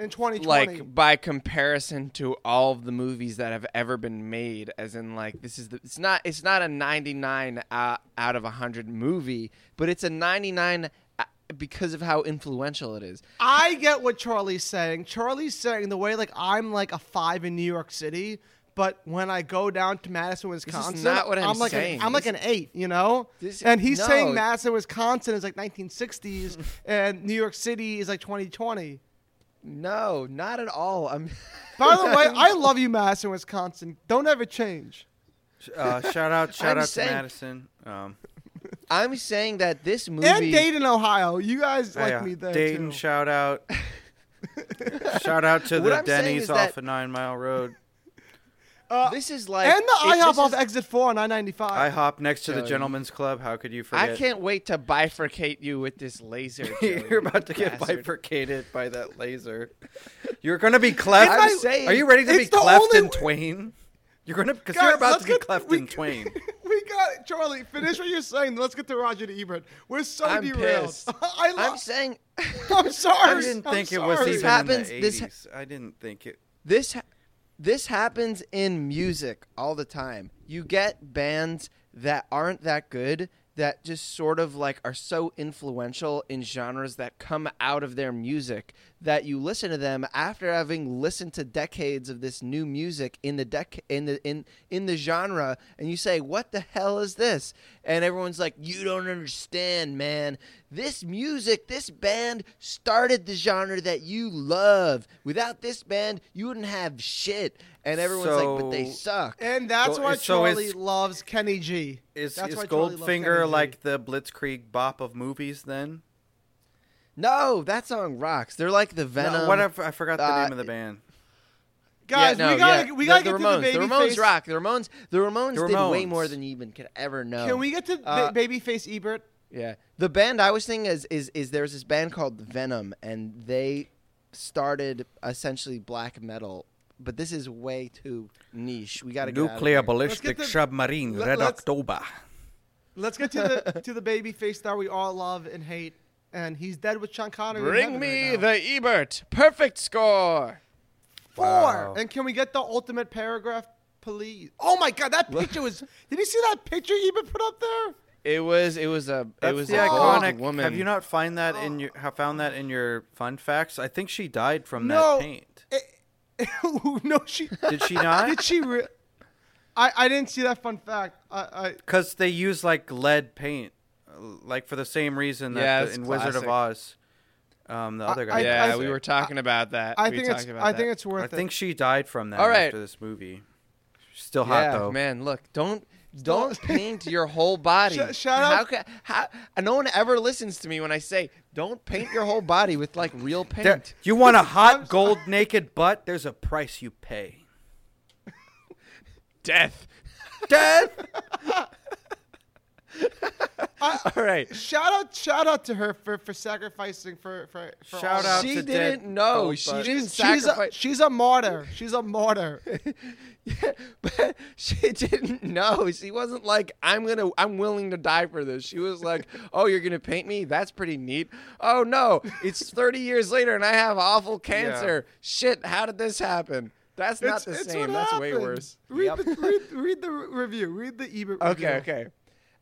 Speaker 1: in twenty twenty.
Speaker 3: like by comparison to all of the movies that have ever been made as in like this is the, it's not it's not a 99 out, out of 100 movie but it's a 99 uh, because of how influential it is
Speaker 1: I get what Charlie's saying. Charlie's saying the way like I'm like a five in New York City, but when I go down to Madison, Wisconsin,
Speaker 3: not what I'm
Speaker 1: like
Speaker 3: saying.
Speaker 1: An, I'm like an eight, you know.
Speaker 3: This-
Speaker 1: and he's
Speaker 3: no.
Speaker 1: saying Madison, Wisconsin is like 1960s, and New York City is like 2020.
Speaker 3: no not at all i'm
Speaker 1: By the way, I love you, Madison, Wisconsin. Don't ever change.
Speaker 2: Uh, shout out, shout
Speaker 3: I'm
Speaker 2: out
Speaker 3: saying-
Speaker 2: to Madison. Um,
Speaker 3: i'm saying that this movie Oh,
Speaker 1: And Dayton, Ohio. You guys like
Speaker 2: yeah,
Speaker 1: me there
Speaker 2: Dayton,
Speaker 1: too.
Speaker 2: shout out. shout out to
Speaker 3: What
Speaker 2: the
Speaker 3: I'm saying
Speaker 2: Denny's
Speaker 3: is
Speaker 2: off
Speaker 3: that-
Speaker 2: of Nine Mile Road.
Speaker 3: this is like
Speaker 1: Uh, and the
Speaker 3: it-
Speaker 1: IHOP
Speaker 3: this
Speaker 1: off
Speaker 3: is-
Speaker 1: exit four on I-95.
Speaker 2: I hop next to the
Speaker 3: Joey.
Speaker 2: Gentleman's Club. How could you forget?
Speaker 3: I can't wait to bifurcate you with this laser. Joey,
Speaker 2: You're about to get
Speaker 3: bastard.
Speaker 2: bifurcated by that laser. You're gonna be cleft.
Speaker 3: I'm saying-
Speaker 2: Are you ready to be
Speaker 1: it's the
Speaker 2: cleft
Speaker 1: only
Speaker 2: in
Speaker 1: way-
Speaker 2: twain? You're gonna because
Speaker 1: Guys,
Speaker 2: you're about
Speaker 1: let's
Speaker 2: to be
Speaker 1: get-
Speaker 2: cleft
Speaker 1: we-
Speaker 2: in twain.
Speaker 1: We got Charlie. Finish what you're saying. Let's get to Roger and Ebert. We're so
Speaker 3: I'm
Speaker 1: derailed.
Speaker 3: pissed.
Speaker 1: I
Speaker 3: I'm
Speaker 1: lo-
Speaker 3: saying
Speaker 1: I'm sorry.
Speaker 2: I didn't
Speaker 1: I'm
Speaker 2: think it was
Speaker 1: sorry.
Speaker 2: even
Speaker 3: happens-
Speaker 2: in the
Speaker 3: this-
Speaker 2: 80s. I didn't think it.
Speaker 3: this ha- this happens in music all the time. You get bands that aren't that good that just sort of like are so influential in genres that come out of their music that you listen to them after having listened to decades of this new music in the dec- in the in in the genre and you say what the hell is this and everyone's like you don't understand man this music this band started the genre that you love without this band you wouldn't have shit and everyone's like but they
Speaker 2: So-
Speaker 3: suck
Speaker 1: And that's
Speaker 2: So-
Speaker 1: why
Speaker 2: so
Speaker 1: Charlie
Speaker 2: is-
Speaker 1: loves Kenny G.
Speaker 2: Is
Speaker 1: that's
Speaker 2: is
Speaker 1: why Charlie loves Kenny
Speaker 2: Goldfinger
Speaker 1: G.
Speaker 2: like the Blitzkrieg bop of movies? Then
Speaker 3: no that song rocks they're like the venom
Speaker 2: No, what I, f- I forgot the
Speaker 3: uh,
Speaker 2: name of the band.
Speaker 1: guys?
Speaker 3: Yeah, no,
Speaker 1: we gotta
Speaker 3: yeah.
Speaker 1: we
Speaker 3: The-
Speaker 1: gotta
Speaker 3: the,
Speaker 1: get
Speaker 3: Ramones.
Speaker 1: to the
Speaker 3: the
Speaker 1: baby
Speaker 3: Ramones
Speaker 1: face.
Speaker 3: rock. The Ramones. The Ramones,
Speaker 2: The
Speaker 3: did way
Speaker 2: Ramones.
Speaker 3: more than you even could ever know.
Speaker 1: Can we get to
Speaker 3: Uh,
Speaker 1: ba- babyface Ebert?
Speaker 3: Yeah. The band I was thinking is is is there's this band called Venom and they started essentially black metal, but this is way too niche. We got to
Speaker 2: Nuclear
Speaker 3: get out of
Speaker 2: ballistic
Speaker 1: the-
Speaker 2: submarine,
Speaker 1: let-
Speaker 2: Red
Speaker 1: let's-
Speaker 2: October.
Speaker 1: Let's get to the to the babyface that we all love and hate, and he's dead with Sean Connery. in
Speaker 3: here. Bring
Speaker 1: heaven
Speaker 3: me
Speaker 1: right now.
Speaker 3: the Ebert. Perfect score.
Speaker 1: four. And can we get the ultimate paragraph, please? Oh my God, that picture was. Did you see that picture Ebert put up there?
Speaker 3: It was it was a it
Speaker 2: That's
Speaker 3: was
Speaker 2: the
Speaker 3: a bald
Speaker 2: iconic
Speaker 3: woman.
Speaker 2: Have you not find that in your have found that in your fun facts? I think she died from
Speaker 1: No.
Speaker 2: that paint.
Speaker 1: no, Eh, she
Speaker 2: Did she not?
Speaker 1: did she. Re- I I didn't see that fun fact. I, I
Speaker 2: Because they use like lead paint, uh, like for the same reason that
Speaker 3: Yeah,
Speaker 2: the-
Speaker 3: it's
Speaker 2: in Wizard of
Speaker 3: classic.
Speaker 2: Oz, um, the other guy.
Speaker 1: I-
Speaker 2: died.
Speaker 3: yeah,
Speaker 1: I-
Speaker 3: we were talking about that.
Speaker 1: I
Speaker 3: we
Speaker 1: think
Speaker 3: talked
Speaker 1: it's
Speaker 3: about
Speaker 1: I
Speaker 3: that.
Speaker 1: think it's worth
Speaker 2: I
Speaker 1: it.
Speaker 2: think she died from that
Speaker 3: All right.
Speaker 2: after this movie. She's still hot
Speaker 3: yeah,
Speaker 2: though.
Speaker 3: man. Look, don't don't paint your whole body.
Speaker 1: Shut- shut
Speaker 3: how
Speaker 1: up.
Speaker 3: ca- how, no one ever listens to me when I say don't paint your whole body with like real paint.
Speaker 2: There- you want a hot gold naked butt? There's a price you pay.
Speaker 3: Death.
Speaker 2: Death.
Speaker 3: All right.
Speaker 1: Shout out, shout out to her for, for sacrificing for for, for
Speaker 2: Shout
Speaker 1: all-
Speaker 2: out
Speaker 3: she
Speaker 2: to
Speaker 3: didn't
Speaker 2: dead
Speaker 3: know.
Speaker 2: gold
Speaker 3: She
Speaker 2: butt.
Speaker 3: didn't
Speaker 1: She's a,
Speaker 3: sacrifice.
Speaker 1: she's a martyr. She's a martyr.
Speaker 3: yeah, but she didn't know. She wasn't like, I'm gonna, I'm willing to die for this. She was like, Oh, you're gonna paint me? That's pretty neat. Oh no, it's 30 years later and I have awful cancer. Shit, how did this happen? That's not
Speaker 1: It's-
Speaker 3: the
Speaker 1: it's
Speaker 3: same.
Speaker 1: what
Speaker 3: That's way
Speaker 1: happened.
Speaker 3: worse.
Speaker 1: Read, the, read, read the review. Read the Ebert.
Speaker 3: Okay,
Speaker 1: review.
Speaker 3: okay.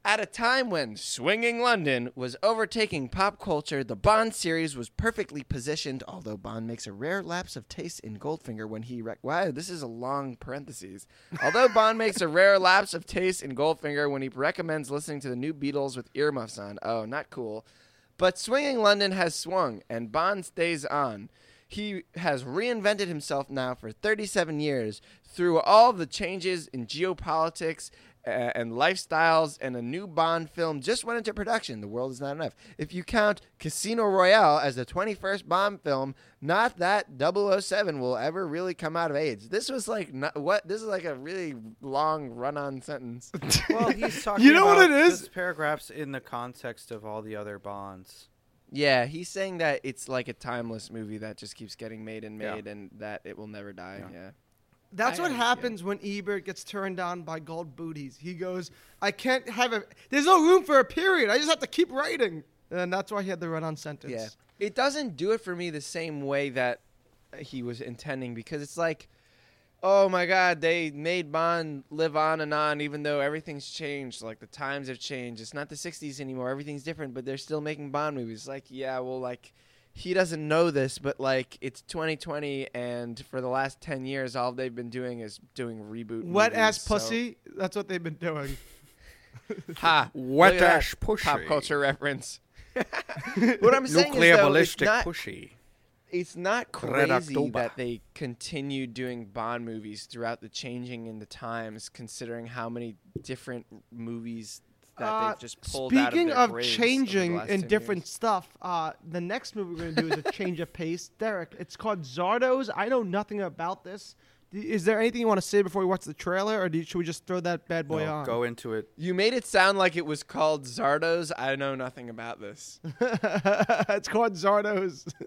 Speaker 3: At a time when swinging London was overtaking pop culture, the Bond series was perfectly positioned. Although Bond makes a rare lapse of taste in Goldfinger when he rec- wow, this is a long parentheses. Although Bond makes a rare lapse of taste in Goldfinger when he recommends listening to the new Beatles with earmuffs on. Oh, not cool. But swinging London has swung, and Bond stays on. He has reinvented himself now for 37 years through all the changes in geopolitics uh, and lifestyles, and a new Bond film just went into production. The world is not enough. If you count Casino Royale as the 21st Bond film, not that 007 will ever really come out of age. This was like not, what? This is like a really long run-on sentence.
Speaker 2: Well, he's talking.
Speaker 1: You know what
Speaker 2: about
Speaker 1: it is?
Speaker 2: this Paragraphs in the context of all the other Bonds.
Speaker 3: Yeah, he's saying that it's like a timeless movie that just keeps getting made and
Speaker 2: Yeah.
Speaker 3: made, and that it will never die. Yeah.
Speaker 1: That's
Speaker 3: I
Speaker 1: what
Speaker 3: understand.
Speaker 1: happens when Ebert gets turned on by gold booties. He goes, I can't have a. There's no room for a period. I just have to keep writing. And that's why he had the run on sentence.
Speaker 3: Yeah. It doesn't do it for me the same way that he was intending because it's like, oh my God, they made Bond live on and on, even though everything's changed. Like the times have changed. It's not the 60s anymore. Everything's different, but they're still making Bond movies. Like, yeah, well, like. He doesn't know this, but like it's 2020, and for the last 10 years, all they've been doing is doing reboot.
Speaker 1: Wet
Speaker 3: movies,
Speaker 1: ass
Speaker 3: so-
Speaker 1: pussy. That's what they've been doing.
Speaker 3: Ha!
Speaker 2: Wet
Speaker 3: Look at
Speaker 2: ass
Speaker 3: that. Pop
Speaker 2: Ah, pushy.
Speaker 3: culture reference. what I'm saying
Speaker 2: Nuclear
Speaker 3: is, though,
Speaker 2: ballistic
Speaker 3: it's not,
Speaker 2: pushy.
Speaker 3: it's not
Speaker 2: Red
Speaker 3: crazy
Speaker 2: October.
Speaker 3: that they continue doing Bond movies throughout the changing in the times, considering how many different movies that
Speaker 1: Uh,
Speaker 3: they've just pulled out of
Speaker 1: Speaking
Speaker 3: their
Speaker 1: of,
Speaker 3: graves over the
Speaker 1: changing
Speaker 3: last 10
Speaker 1: and different
Speaker 3: years.
Speaker 1: stuff, uh, the next movie we're going to do is a change of pace. Derek, it's called Zardos. I know nothing about this. D- Is there anything you want to say before we watch the trailer, or do, should we just throw that bad boy
Speaker 2: No,
Speaker 1: on?
Speaker 2: go into it.
Speaker 3: You made it sound like it was called Zardos. I know nothing about this.
Speaker 1: it's called Zardos.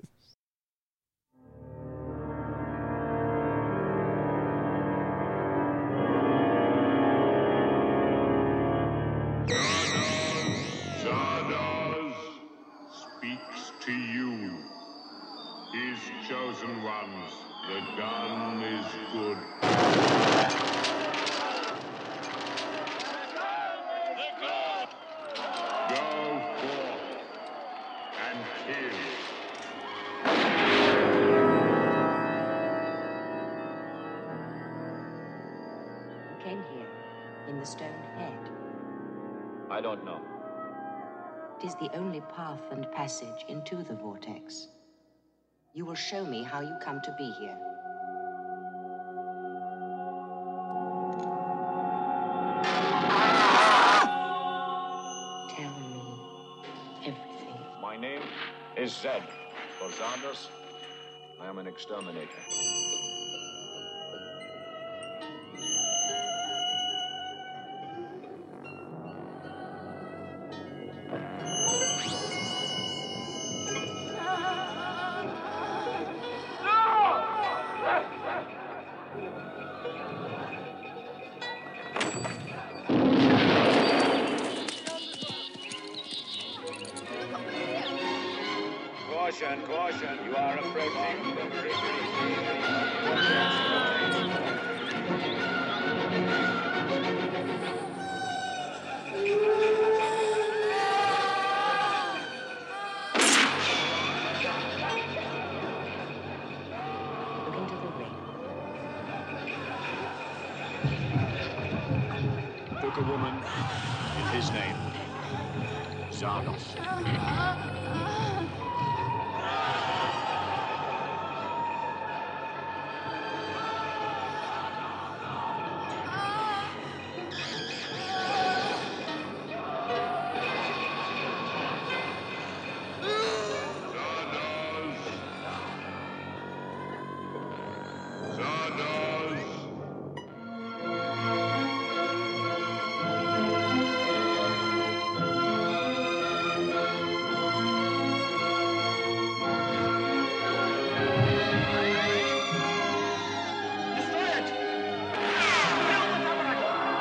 Speaker 10: in the stone head.
Speaker 11: I don't know.
Speaker 10: It is the only path and passage into the vortex. You will show me how you come to be here. Tell me everything.
Speaker 11: My name is Zed Bozandos. I am an exterminator. Caution, caution, you are approaching the
Speaker 10: Look into the ring.
Speaker 11: Took a woman in his name, Zardos.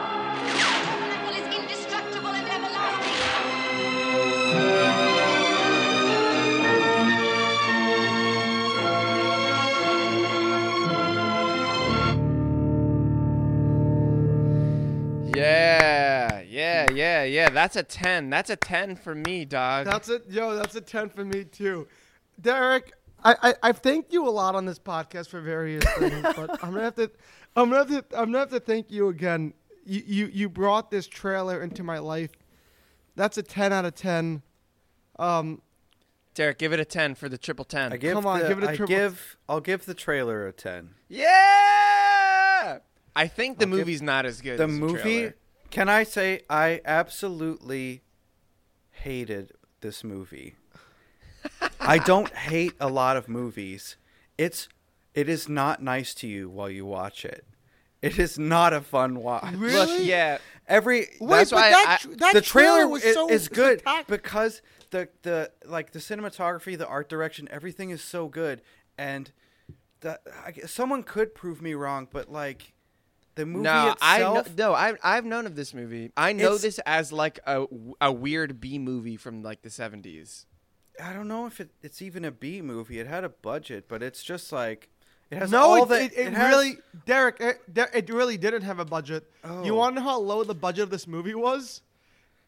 Speaker 12: Apple is indestructible and everlasting.
Speaker 3: Yeah, yeah, yeah, yeah. That's a 10. That's a 10 for me, dog.
Speaker 1: That's it, yo. That's a ten for me too, Derek. I, I I've thanked you a lot on this podcast for various things, but I'm gonna have to, I'm gonna have to, I'm gonna have to thank you again. You you you brought this trailer into my life. That's a ten out of ten. Um,
Speaker 3: Derek, give it a 10 for the triple 10.
Speaker 2: I give
Speaker 1: Come on,
Speaker 2: the-
Speaker 1: give it a
Speaker 2: I
Speaker 1: triple-
Speaker 2: give. I'll give the trailer a ten.
Speaker 3: Yeah! I think the movie's not as good
Speaker 2: The
Speaker 3: as the
Speaker 2: movie.
Speaker 3: trailer.
Speaker 2: Can I say I absolutely hated this movie? I don't hate a lot of movies. It's it is not nice to you while you watch it. It is not a fun watch.
Speaker 3: Look, yeah.
Speaker 2: Every
Speaker 3: Wait,
Speaker 2: that's
Speaker 3: but
Speaker 2: why
Speaker 3: that
Speaker 2: I-
Speaker 3: tr- that
Speaker 2: the
Speaker 3: trailer
Speaker 2: trailer,
Speaker 3: was
Speaker 2: i-
Speaker 3: so
Speaker 2: is good because the the like the cinematography, the art direction, everything is so good. And the, I, guess someone could prove me wrong, but like the movie
Speaker 3: no, I kno-
Speaker 2: itself,
Speaker 3: no, I I've known of this movie. I know
Speaker 2: It's-
Speaker 3: this as like a a weird B movie from like the 70s.
Speaker 2: I, don't know if it, it's even a B movie. It had a budget, but it's just like it has
Speaker 1: no,
Speaker 2: all
Speaker 1: it,
Speaker 2: the
Speaker 1: it, it
Speaker 2: has-
Speaker 1: really, Derek, it, Der- it really didn't have a budget. You
Speaker 2: Oh.
Speaker 1: want to know how low the budget of this movie was?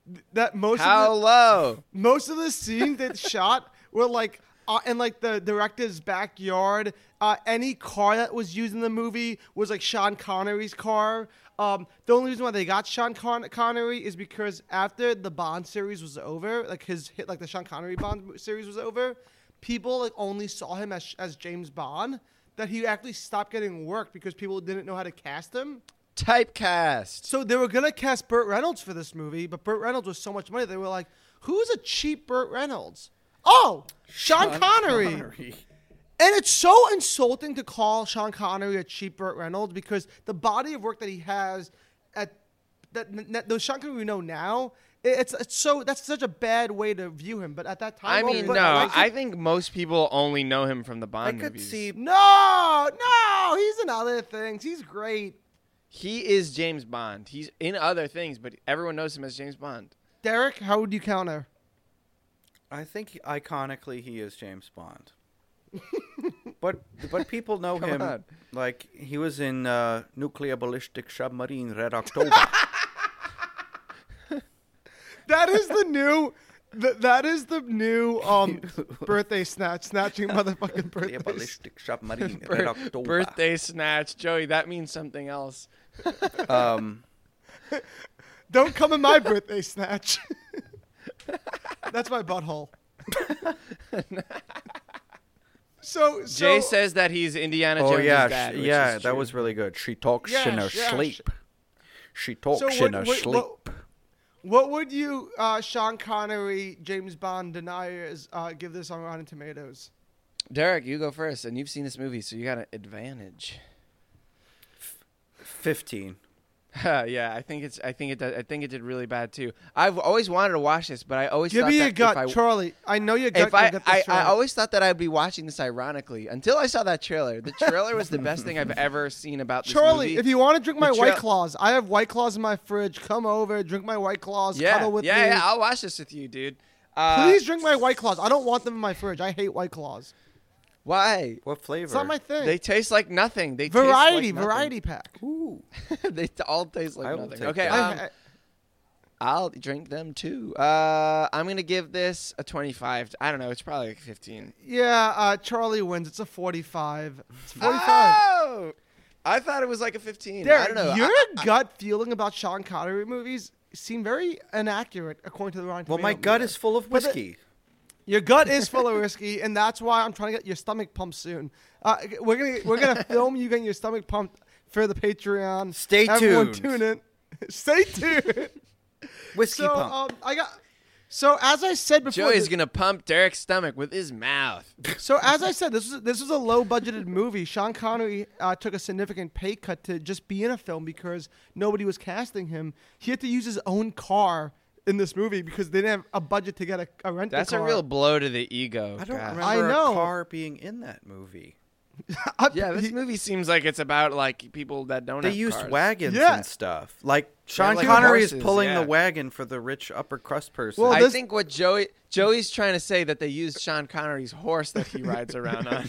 Speaker 1: Th- That most
Speaker 3: How
Speaker 1: of the,
Speaker 3: low?
Speaker 1: Most of the scenes that shot were like uh, in like the director's backyard. Uh, any car that was used in the movie was like Sean Connery's car. Um, the only reason why they got Sean Con- Connery is because after the Bond series was over, like his hit, like the Sean Connery Bond series was over, people like only saw him as as James Bond. That he actually stopped getting work because people didn't know how to cast him.
Speaker 3: Typecast.
Speaker 1: So they were gonna cast Burt Reynolds for this movie, but Burt Reynolds was so much money they were like, "Who's a cheap Burt Reynolds?" Oh, Sean, Connery. And it's so insulting to call Sean Connery a cheap Burt Reynolds because the body of work that he has at that, that those Sean Connery we know now, it- it's, it's so that's such a bad way to view him. But at that
Speaker 3: I
Speaker 1: time,
Speaker 3: mean,
Speaker 1: but-
Speaker 3: no,
Speaker 1: like,
Speaker 3: I think most people only know him from the Bond movies.
Speaker 1: no, no, he's in other things. He's great.
Speaker 3: He is James Bond. He's in other things, but everyone knows him as James Bond.
Speaker 1: Derek, how would you counter?
Speaker 2: I think iconically he is James Bond. but but people know
Speaker 3: Come
Speaker 2: him
Speaker 3: on.
Speaker 2: like he was in uh, nuclear ballistic submarine Red October.
Speaker 1: That is the new. th- that is the new um, birthday snatch, snatching motherfucking birthday.
Speaker 2: ballistic submarine Red
Speaker 3: Bir-
Speaker 2: October.
Speaker 1: Oh,
Speaker 3: birthday snatch, Joey. That means something else.
Speaker 2: Um,
Speaker 1: Don't come in my birthday snatch. That's my butthole. so, so
Speaker 3: Jay says that he's Indiana Jones'
Speaker 2: oh yeah,
Speaker 3: dad.
Speaker 2: sh-
Speaker 3: which
Speaker 2: yeah,
Speaker 3: is
Speaker 2: that
Speaker 3: true.
Speaker 2: was really good. She talks in her
Speaker 1: Yes, yes.
Speaker 2: sleep. She talks
Speaker 1: So
Speaker 2: in
Speaker 1: what-
Speaker 2: her
Speaker 1: what-
Speaker 2: sleep.
Speaker 1: what- What would you, uh, Sean Connery, James Bond deniers, uh, give this on Rotten Tomatoes?
Speaker 3: Derek, you go first, and you've seen this movie, so you got an advantage.
Speaker 2: Fifteen.
Speaker 3: yeah, I think it's. I think it. Does, I think it did really bad too. I've always wanted to watch this, but I always
Speaker 1: Give
Speaker 3: thought
Speaker 1: me
Speaker 3: that
Speaker 1: your gut,
Speaker 3: if I,
Speaker 1: Charlie. I know your gut.
Speaker 3: If I,
Speaker 1: can get
Speaker 3: I,
Speaker 1: this
Speaker 3: I
Speaker 1: right.
Speaker 3: always thought that I'd be watching this ironically until I saw that trailer. The trailer was the best thing I've ever seen about this
Speaker 1: Charlie,
Speaker 3: movie.
Speaker 1: if you want to drink
Speaker 3: The
Speaker 1: my
Speaker 3: trail-
Speaker 1: White Claws, I have White Claws in my fridge. Come over, drink my White Claws,
Speaker 3: yeah,
Speaker 1: cuddle with
Speaker 3: yeah,
Speaker 1: me.
Speaker 3: yeah, I'll watch this with you, dude. Uh,
Speaker 1: Please drink my White Claws. I don't want them in my fridge. I hate White Claws.
Speaker 3: Why?
Speaker 2: What flavor?
Speaker 1: It's not my thing.
Speaker 3: They taste like nothing. They
Speaker 1: variety,
Speaker 3: taste like
Speaker 1: variety pack. uh,
Speaker 2: Ooh.
Speaker 3: nothing. they t- all taste like
Speaker 2: I will
Speaker 3: nothing.
Speaker 2: take
Speaker 3: Okay,
Speaker 2: that.
Speaker 3: um, I'll drink them too. Uh, I'm gonna give this a 25. I don't know. It's probably like 15.
Speaker 1: yeah, uh, Charlie wins. It's a 45. It's 45.
Speaker 3: Oh, I thought it was like a 15. I
Speaker 1: Derek,
Speaker 3: don't know.
Speaker 1: Your
Speaker 3: I-
Speaker 1: gut feeling about Sean Connery movies seem very inaccurate according to the Rotten
Speaker 2: Well, my
Speaker 1: Tomato
Speaker 2: gut
Speaker 1: meter.
Speaker 2: is full of
Speaker 1: But the-
Speaker 2: whiskey.
Speaker 1: Your gut is full of whiskey, and that's why I'm trying to get your stomach pumped soon. Uh, we're gonna we're gonna film you getting your stomach pumped for the Patreon.
Speaker 2: Stay
Speaker 1: Everyone
Speaker 2: tuned.
Speaker 1: Tune in. Stay tuned.
Speaker 2: Whiskey
Speaker 1: so,
Speaker 2: pump.
Speaker 1: Um, I got. So as I said before,
Speaker 3: Joey's
Speaker 1: thi-
Speaker 3: gonna pump Derek's stomach with his mouth.
Speaker 1: so as I said, this was this was a low budgeted movie. Sean Connery uh, took a significant pay cut to just be in a film because nobody was casting him. He had to use his own car in this movie because they didn't have a budget to get a, a rental.
Speaker 3: That's a real blow to the ego.
Speaker 2: I don't
Speaker 3: God.
Speaker 2: remember
Speaker 1: I know.
Speaker 2: a car being in that movie.
Speaker 1: Uh,
Speaker 3: Yeah, this movie seems like it's about like people that don't.
Speaker 2: They
Speaker 3: have
Speaker 2: used
Speaker 3: cars.
Speaker 2: wagons
Speaker 1: Yeah.
Speaker 2: and stuff. Like Sean
Speaker 3: like
Speaker 2: Connery is
Speaker 3: horses,
Speaker 2: pulling
Speaker 3: yeah.
Speaker 2: the wagon for the rich upper crust person.
Speaker 1: Well,
Speaker 3: I
Speaker 1: this-
Speaker 3: think what Joey Joey's trying to say that they used Sean Connery's horse that he rides around on.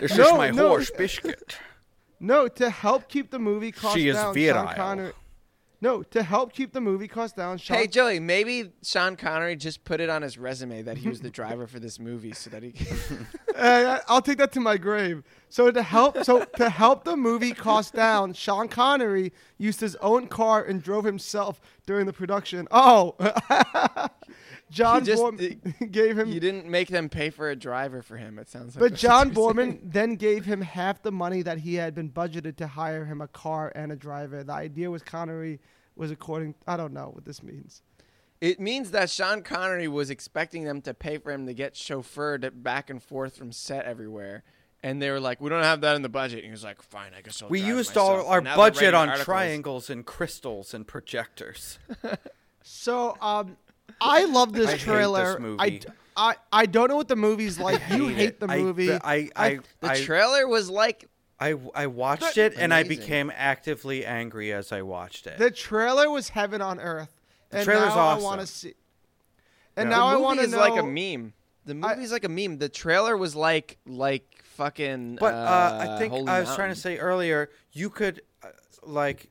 Speaker 2: This
Speaker 1: No,
Speaker 2: is my
Speaker 1: no.
Speaker 2: horse, Biscuit.
Speaker 1: No, to help keep the movie cost
Speaker 2: She is
Speaker 1: down,
Speaker 2: virile.
Speaker 1: Sean Connery. No, to help keep the movie cost down, Sean.
Speaker 3: hey Joey, maybe Sean Connery just put it on his resume that he was the driver for this movie, so that he.
Speaker 1: Uh, I'll take that to my grave. So to help, so to help the movie cost down, Sean Connery used his own car and drove himself during the production. Oh, John
Speaker 3: He just-
Speaker 1: Borman gave him,
Speaker 3: you didn't make them pay for a driver for him. It sounds like.
Speaker 1: but
Speaker 3: that's
Speaker 1: John
Speaker 3: what you're saying.
Speaker 1: Borman then gave him half the money that he had been budgeted to hire him a car and a driver. The idea was Connery was according. I don't know what this means.
Speaker 3: It means that Sean Connery was expecting them to pay for him to get chauffeured back and forth from set everywhere. And they were like, "We don't have that in the budget." And he was like, "Fine, I guess I'll."
Speaker 2: We
Speaker 3: drive
Speaker 2: used all
Speaker 3: myself."
Speaker 2: our
Speaker 3: Now they're
Speaker 2: budget
Speaker 3: writing
Speaker 2: on
Speaker 3: articles.
Speaker 2: triangles and crystals and projectors.
Speaker 1: So um, I love this
Speaker 2: I hate this
Speaker 1: trailer. I,
Speaker 2: movie.
Speaker 1: d- I I don't know what the movie's like. you hate
Speaker 2: it.
Speaker 1: the
Speaker 2: I-
Speaker 1: movie.
Speaker 2: I- I-
Speaker 3: The trailer was like,
Speaker 2: I, I watched
Speaker 3: That-
Speaker 2: it and I
Speaker 3: Amazing.
Speaker 2: became actively angry as I watched it.
Speaker 1: the trailer was heaven on earth.
Speaker 2: The
Speaker 1: and
Speaker 2: trailer's
Speaker 1: now I
Speaker 2: awesome.
Speaker 1: want to see. And
Speaker 2: Yeah.
Speaker 1: now
Speaker 3: the
Speaker 1: I
Speaker 3: movie
Speaker 1: want to
Speaker 3: is
Speaker 1: know.
Speaker 3: like a meme. The movie's like a meme. The trailer was like like fucking.
Speaker 2: But uh, I think
Speaker 3: Holy
Speaker 2: I was trying
Speaker 3: Mountain.
Speaker 2: to say earlier, you could uh, like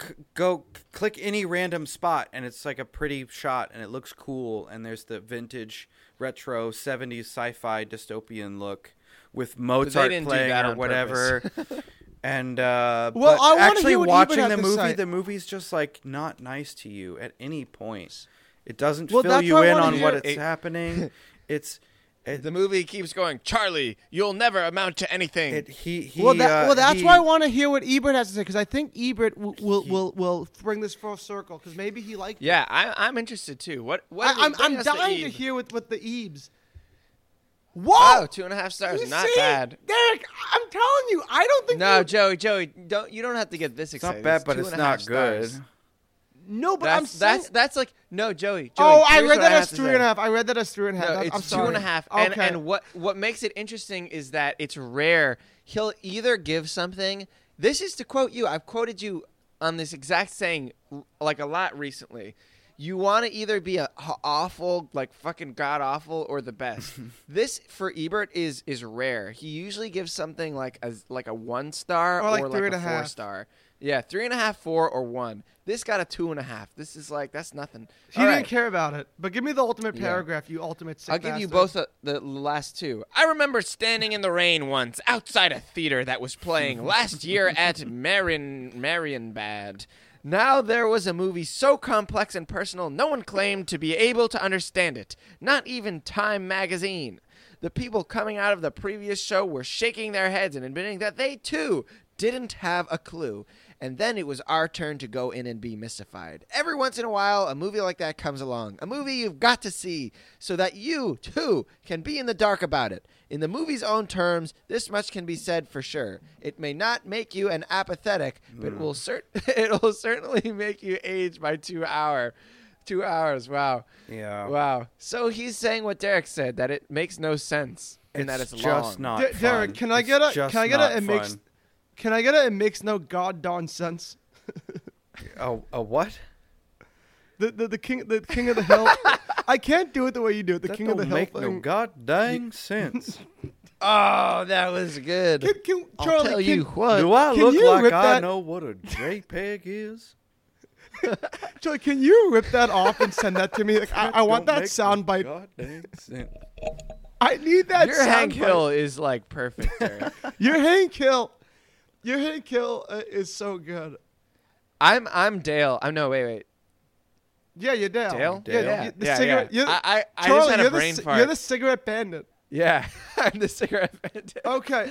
Speaker 2: c- go c- click any random spot, and it's like a pretty shot, and it looks cool, and there's the vintage, retro '70s sci-fi dystopian look with Mozart
Speaker 3: didn't do
Speaker 2: playing
Speaker 3: that
Speaker 2: or
Speaker 3: on
Speaker 2: whatever. and uh,
Speaker 1: Well,
Speaker 2: but
Speaker 1: I wanna
Speaker 2: actually
Speaker 1: hear what Ethan
Speaker 2: watching
Speaker 1: had
Speaker 2: the
Speaker 1: to
Speaker 2: movie,
Speaker 1: say.
Speaker 2: the movie's just like not nice to you at any point. It doesn't
Speaker 1: Well,
Speaker 2: fill
Speaker 1: that's
Speaker 2: you
Speaker 1: what I
Speaker 2: in
Speaker 1: wanna
Speaker 2: on what
Speaker 3: hear.
Speaker 2: it's
Speaker 3: It-
Speaker 2: happening. It's it,
Speaker 3: the movie keeps going. Charlie, you'll never amount to anything.
Speaker 2: it, he, he
Speaker 1: well, that,
Speaker 2: uh,
Speaker 1: well, that's
Speaker 2: he-
Speaker 1: why I want to hear what Ebert has to say because I think Ebert will will, will will bring this full circle because maybe he liked. it.
Speaker 3: yeah, I'm I'm interested too. What what?
Speaker 1: I, I'm,
Speaker 3: bring
Speaker 1: I'm
Speaker 3: us the
Speaker 1: dying to
Speaker 3: Eve.
Speaker 1: hear what, what the Ebes. Whoa!
Speaker 3: Oh, two and a half stars.
Speaker 1: You
Speaker 3: Not
Speaker 1: see?
Speaker 3: bad.
Speaker 1: Derek. I'm telling you, I don't think
Speaker 3: No,
Speaker 1: you-
Speaker 3: Joey, Joey, don't you don't have to get this
Speaker 2: It's not
Speaker 3: excited.
Speaker 2: bad, but
Speaker 3: two
Speaker 2: it's
Speaker 3: and a half
Speaker 2: not good.
Speaker 3: stars.
Speaker 1: no, but
Speaker 3: that's
Speaker 1: I'm saying,
Speaker 3: that's that's like no, Joey. Joey
Speaker 1: Oh, I
Speaker 3: here's
Speaker 1: read
Speaker 3: what
Speaker 1: that
Speaker 3: have
Speaker 1: as
Speaker 3: to
Speaker 1: three
Speaker 3: say.
Speaker 1: and a half. I read that as three and a half.
Speaker 3: No,
Speaker 1: That's-
Speaker 3: it's
Speaker 1: I'm
Speaker 3: two
Speaker 1: sorry.
Speaker 3: and a half. And
Speaker 1: Okay.
Speaker 3: and what what makes it interesting is that it's rare. He'll either give something. This is to quote you. I've quoted you on this exact saying r- like a lot recently. You want to either be a h- awful, like fucking god awful, or the best. this for Ebert is is rare. He usually gives something like a like a one star
Speaker 1: Or, like,
Speaker 3: or
Speaker 1: three
Speaker 3: like
Speaker 1: and
Speaker 3: a
Speaker 1: a
Speaker 3: four
Speaker 1: half.
Speaker 3: star. Yeah, three and a half, four, or one. This got a two and a half. This is like that's nothing.
Speaker 1: He
Speaker 3: All
Speaker 1: didn't
Speaker 3: right.
Speaker 1: care about it. But give me the ultimate
Speaker 3: Yeah.
Speaker 1: paragraph, you ultimate sick
Speaker 3: I'll give you both
Speaker 1: bastard.
Speaker 3: the, the last two. I remember standing in the rain once outside a theater that was playing last year at Marin Marienbad. Now there was a movie so complex and personal, no one claimed to be able to understand it, not even Time magazine. The people coming out of the previous show were shaking their heads and admitting that they too didn't have a clue. And then it was our turn to go in and be mystified. Every once in a while, a movie like that comes along. A movie you've got to see so that you, too, can be in the dark about it. In the movie's own terms, this much can be said for sure. It may not make you an apathetic, but
Speaker 13: Mm.
Speaker 3: will cer- it'll certainly make you age by two hour. Two hours. Wow.
Speaker 2: Yeah.
Speaker 3: Wow. So he's saying what Derek said that it makes no sense and that it's long.
Speaker 1: D- Derek, can I get a? Can I get a? It makes. Can I get a? It makes no god darn sense.
Speaker 2: a, a what?
Speaker 1: The, the the king the king of the hill. I can't do it the way you do it. The
Speaker 2: That
Speaker 1: king of the
Speaker 2: don't
Speaker 1: hill.
Speaker 2: make no
Speaker 1: thing.
Speaker 2: god dang sense.
Speaker 3: Oh, that was good.
Speaker 1: Can, can,
Speaker 2: I'll
Speaker 1: Charlie,
Speaker 2: tell
Speaker 1: can,
Speaker 2: you what. Do I
Speaker 1: can
Speaker 2: look
Speaker 1: you
Speaker 2: like
Speaker 1: rip
Speaker 2: I
Speaker 1: that-
Speaker 2: know what a JPEG is?
Speaker 1: Charlie, can you rip that off and send that to me? Like, I, I want
Speaker 2: Don't
Speaker 1: that
Speaker 2: make
Speaker 1: sound bite.
Speaker 2: God dang sense.
Speaker 1: I need that.
Speaker 3: Your
Speaker 1: sound
Speaker 3: Hank
Speaker 1: bite.
Speaker 3: Hill is like perfect. Derek.
Speaker 1: Your Hank Hill. Your Hank Hill uh, is so good.
Speaker 3: I'm I'm Dale. I'm no wait wait.
Speaker 1: Yeah, you're Dale.
Speaker 3: Dale?
Speaker 1: Yeah,
Speaker 3: Dale.
Speaker 1: you- the
Speaker 3: Yeah,
Speaker 1: cigarette.
Speaker 3: yeah.
Speaker 1: You're,
Speaker 3: I- I- I just
Speaker 1: Charlie,
Speaker 3: had a
Speaker 1: you're
Speaker 3: brain
Speaker 1: the, ci-
Speaker 3: fart.
Speaker 1: You're the cigarette bandit.
Speaker 3: Yeah, I'm the cigarette bandit.
Speaker 1: Okay.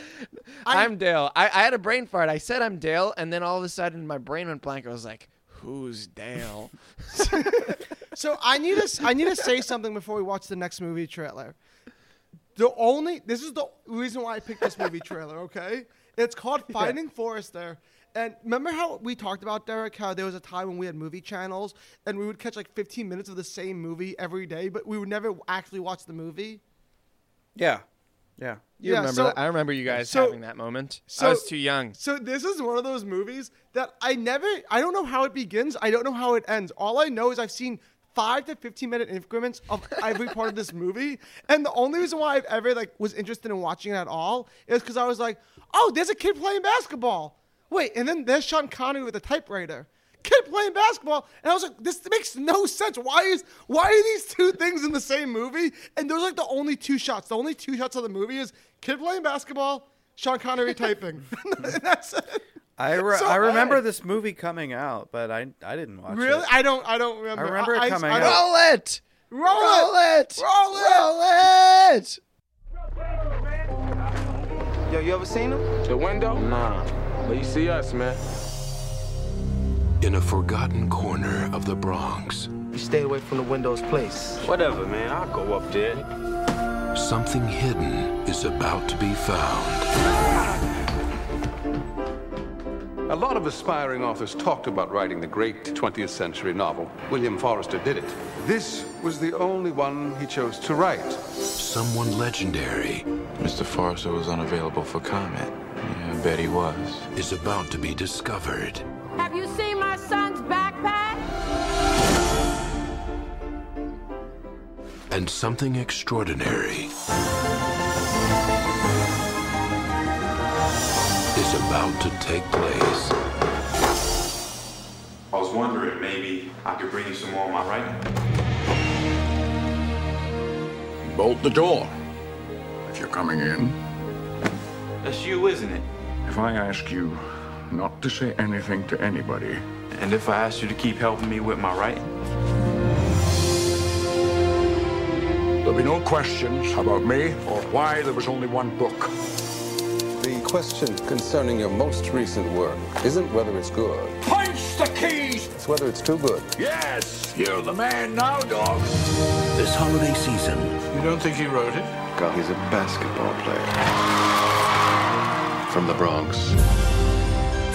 Speaker 3: I, am Dale. I, I had a brain fart. I said I'm Dale, and then all of a sudden my brain went blank. I was like, "Who's Dale?"
Speaker 1: So I need to s- I need to say something before we watch the next movie trailer. The only this is the reason why I picked this movie trailer. Okay, it's called Finding Forrester. And remember how we talked about Derek? How there was a time when we had movie channels and we would catch like 15 minutes of the same movie every day, but we would never actually watch the movie.
Speaker 2: Yeah. Yeah.
Speaker 3: You
Speaker 1: Yeah,
Speaker 3: remember?
Speaker 1: so-
Speaker 3: that? I remember you guys
Speaker 1: so-
Speaker 3: having that moment. I was too young.
Speaker 1: So this is one of those movies that I never I don't know how it begins. I don't know how it ends. All I know is I've seen five to fifteen minute increments of every part of this movie. And the only reason why I've ever like was interested in watching it at all is because I was like, oh, there's a kid playing basketball. Wait, and then there's Sean Connery with a typewriter. Kid playing basketball, and I was like, "This makes no sense. Why is why are these two things in the same movie?" And those are like the only two shots. The only two shots of the movie is kid playing basketball, Sean Connery typing. and that's it.
Speaker 2: I, re-
Speaker 1: So
Speaker 2: I remember
Speaker 1: bad.
Speaker 2: this movie coming out, but I I didn't watch
Speaker 1: Really?
Speaker 2: it.
Speaker 1: I don't. I don't remember.
Speaker 2: remember it coming
Speaker 1: don't-
Speaker 2: out.
Speaker 3: Roll it.
Speaker 1: Roll, it. Roll it.
Speaker 3: Roll it.
Speaker 14: Yo, you ever seen him? The window? Nah. But you see us, man.
Speaker 15: In a forgotten corner of the Bronx,
Speaker 14: You stay away from the window's place. Whatever, man. I'll go up there.
Speaker 15: something hidden is about to be found.
Speaker 16: A lot of aspiring authors talked about writing the great 20th century novel. William Forrester did it. This was the only one he chose to write.
Speaker 15: Someone legendary
Speaker 17: Mr. Forrester was unavailable for comment. Yeah, I bet he was.
Speaker 15: is about to be discovered.
Speaker 6: Have you seen my son's backpack?
Speaker 15: and something extraordinary is about to take place.
Speaker 17: I was wondering maybe I could bring you some more of my writing.
Speaker 18: Bolt the door. If you're coming in.
Speaker 17: That's you, isn't it?
Speaker 18: If I ask you not to say anything to anybody.
Speaker 17: And if I asked you to keep helping me with my writing,
Speaker 18: There'll be no questions about me or why there was only one book.
Speaker 19: The question concerning your most recent work isn't whether it's good,
Speaker 18: Punch the keys!
Speaker 19: it's whether it's too good.
Speaker 18: Yes! You're the man now, dog!
Speaker 19: This holiday season.
Speaker 18: You don't think he wrote it?
Speaker 19: God, he's a basketball player.
Speaker 15: From the Bronx.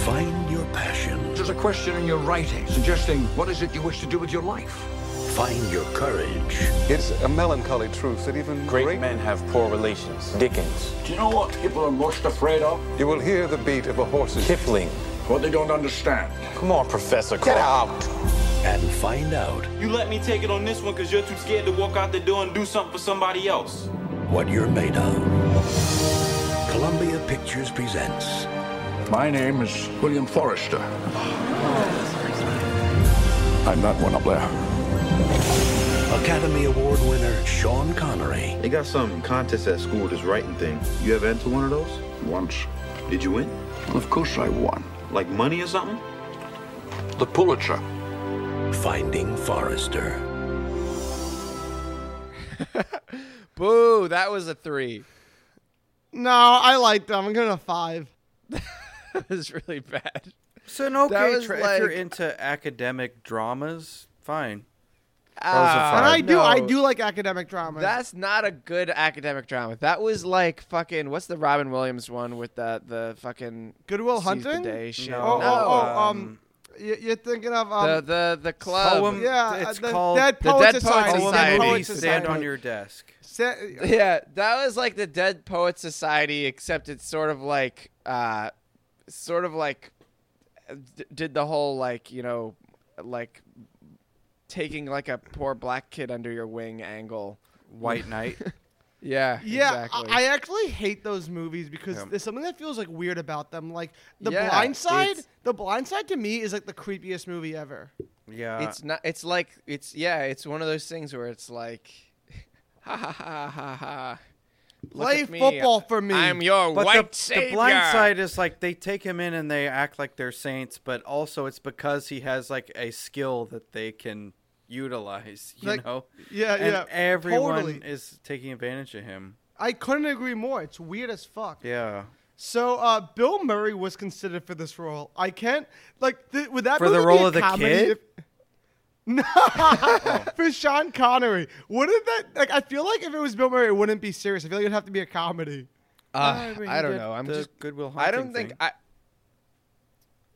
Speaker 15: Find your passion.
Speaker 18: There's a question in your writing suggesting what is it you wish to do with your life?
Speaker 15: Find your courage.
Speaker 19: It's a melancholy truth that even great, men have poor relations. Dickens.
Speaker 18: Do you know what people are most afraid of?
Speaker 19: You will hear the beat of a horse's. Kipling.
Speaker 18: What they don't understand.
Speaker 19: Come on, Professor. Get out.
Speaker 15: And find out
Speaker 20: You let me take it on this one because you're too scared to walk out the door and do something for somebody else.
Speaker 15: what you're made of. Columbia Pictures presents
Speaker 18: My name is William Forrester. I'm not one up there.
Speaker 15: Academy Award winner Sean Connery.
Speaker 17: they got some contest at school, this writing thing. You ever enter one of those?
Speaker 18: Once.
Speaker 17: Did you win?
Speaker 18: Of course I won.
Speaker 17: Like money or something?
Speaker 18: the Pulitzer.
Speaker 15: Finding Forrester.
Speaker 3: Boo, that was a three.
Speaker 1: No, I liked them. I'm gonna five.
Speaker 3: that was really bad.
Speaker 2: So an
Speaker 3: That
Speaker 2: okay,
Speaker 3: was
Speaker 2: tra- if
Speaker 3: like-
Speaker 2: you're into academic dramas, fine.
Speaker 3: Ah,
Speaker 1: and I do, I
Speaker 3: no.
Speaker 1: do like academic drama.
Speaker 3: That's not a good academic drama. That was like fucking what's the Robin Williams one with the the fucking
Speaker 1: Goodwill
Speaker 3: Seize
Speaker 1: Hunting.
Speaker 3: The day shit.
Speaker 1: Oh, oh, oh, um, y- you're thinking of um,
Speaker 3: the the the club.
Speaker 1: Poem- Yeah, it's uh, the called-
Speaker 3: the
Speaker 1: Dead Poets
Speaker 3: Dead Poets
Speaker 1: Society.
Speaker 3: Society.
Speaker 1: Dead Poets
Speaker 2: Stand on your desk.
Speaker 1: Sa-
Speaker 3: yeah, that was like the Dead Poets Society, except it's sort of like, uh, sort of like, uh, d- did the whole like you know, like taking like a poor black kid under your wing angle.
Speaker 2: White Knight.
Speaker 3: yeah.
Speaker 1: Yeah,
Speaker 3: Exactly.
Speaker 1: I, I actually hate those movies because
Speaker 3: Yeah.
Speaker 1: there's something that feels like weird about them. Like The
Speaker 3: Yeah,
Speaker 1: Blind Side,
Speaker 3: it's-
Speaker 1: The Blind Side to me is like the creepiest movie ever.
Speaker 2: Yeah.
Speaker 3: it's not. It's like it's yeah. It's one of those things where it's like, ha ha ha ha ha. Look
Speaker 1: Play
Speaker 3: at me.
Speaker 1: football for me.
Speaker 3: I'm your
Speaker 2: But
Speaker 3: white
Speaker 2: the,
Speaker 3: savior.
Speaker 2: the blind side is like they take him in and they act like they're saints, but also it's because he has like a skill that they can utilize, you
Speaker 1: Like-
Speaker 2: know?
Speaker 1: yeah,
Speaker 2: and
Speaker 1: yeah,
Speaker 2: Everyone
Speaker 1: totally.
Speaker 2: is taking advantage of him.
Speaker 1: I couldn't agree more. It's weird as fuck.
Speaker 2: Yeah.
Speaker 1: So uh, Bill Murray was considered for this role. I can't like th- would that
Speaker 2: For the
Speaker 1: movie be
Speaker 2: role
Speaker 1: a
Speaker 2: of the
Speaker 1: comedy
Speaker 2: kid? Oh.
Speaker 1: if- no, for Sean Connery. Wouldn't that like? I feel like if it was Bill Murray, it wouldn't be serious. I feel like it'd have to be a comedy.
Speaker 3: Uh,
Speaker 1: mean,
Speaker 3: I don't
Speaker 1: the-
Speaker 3: know. I'm
Speaker 2: the
Speaker 3: just
Speaker 2: Goodwill
Speaker 3: I don't
Speaker 2: Hunting
Speaker 3: think
Speaker 2: thing.
Speaker 3: I.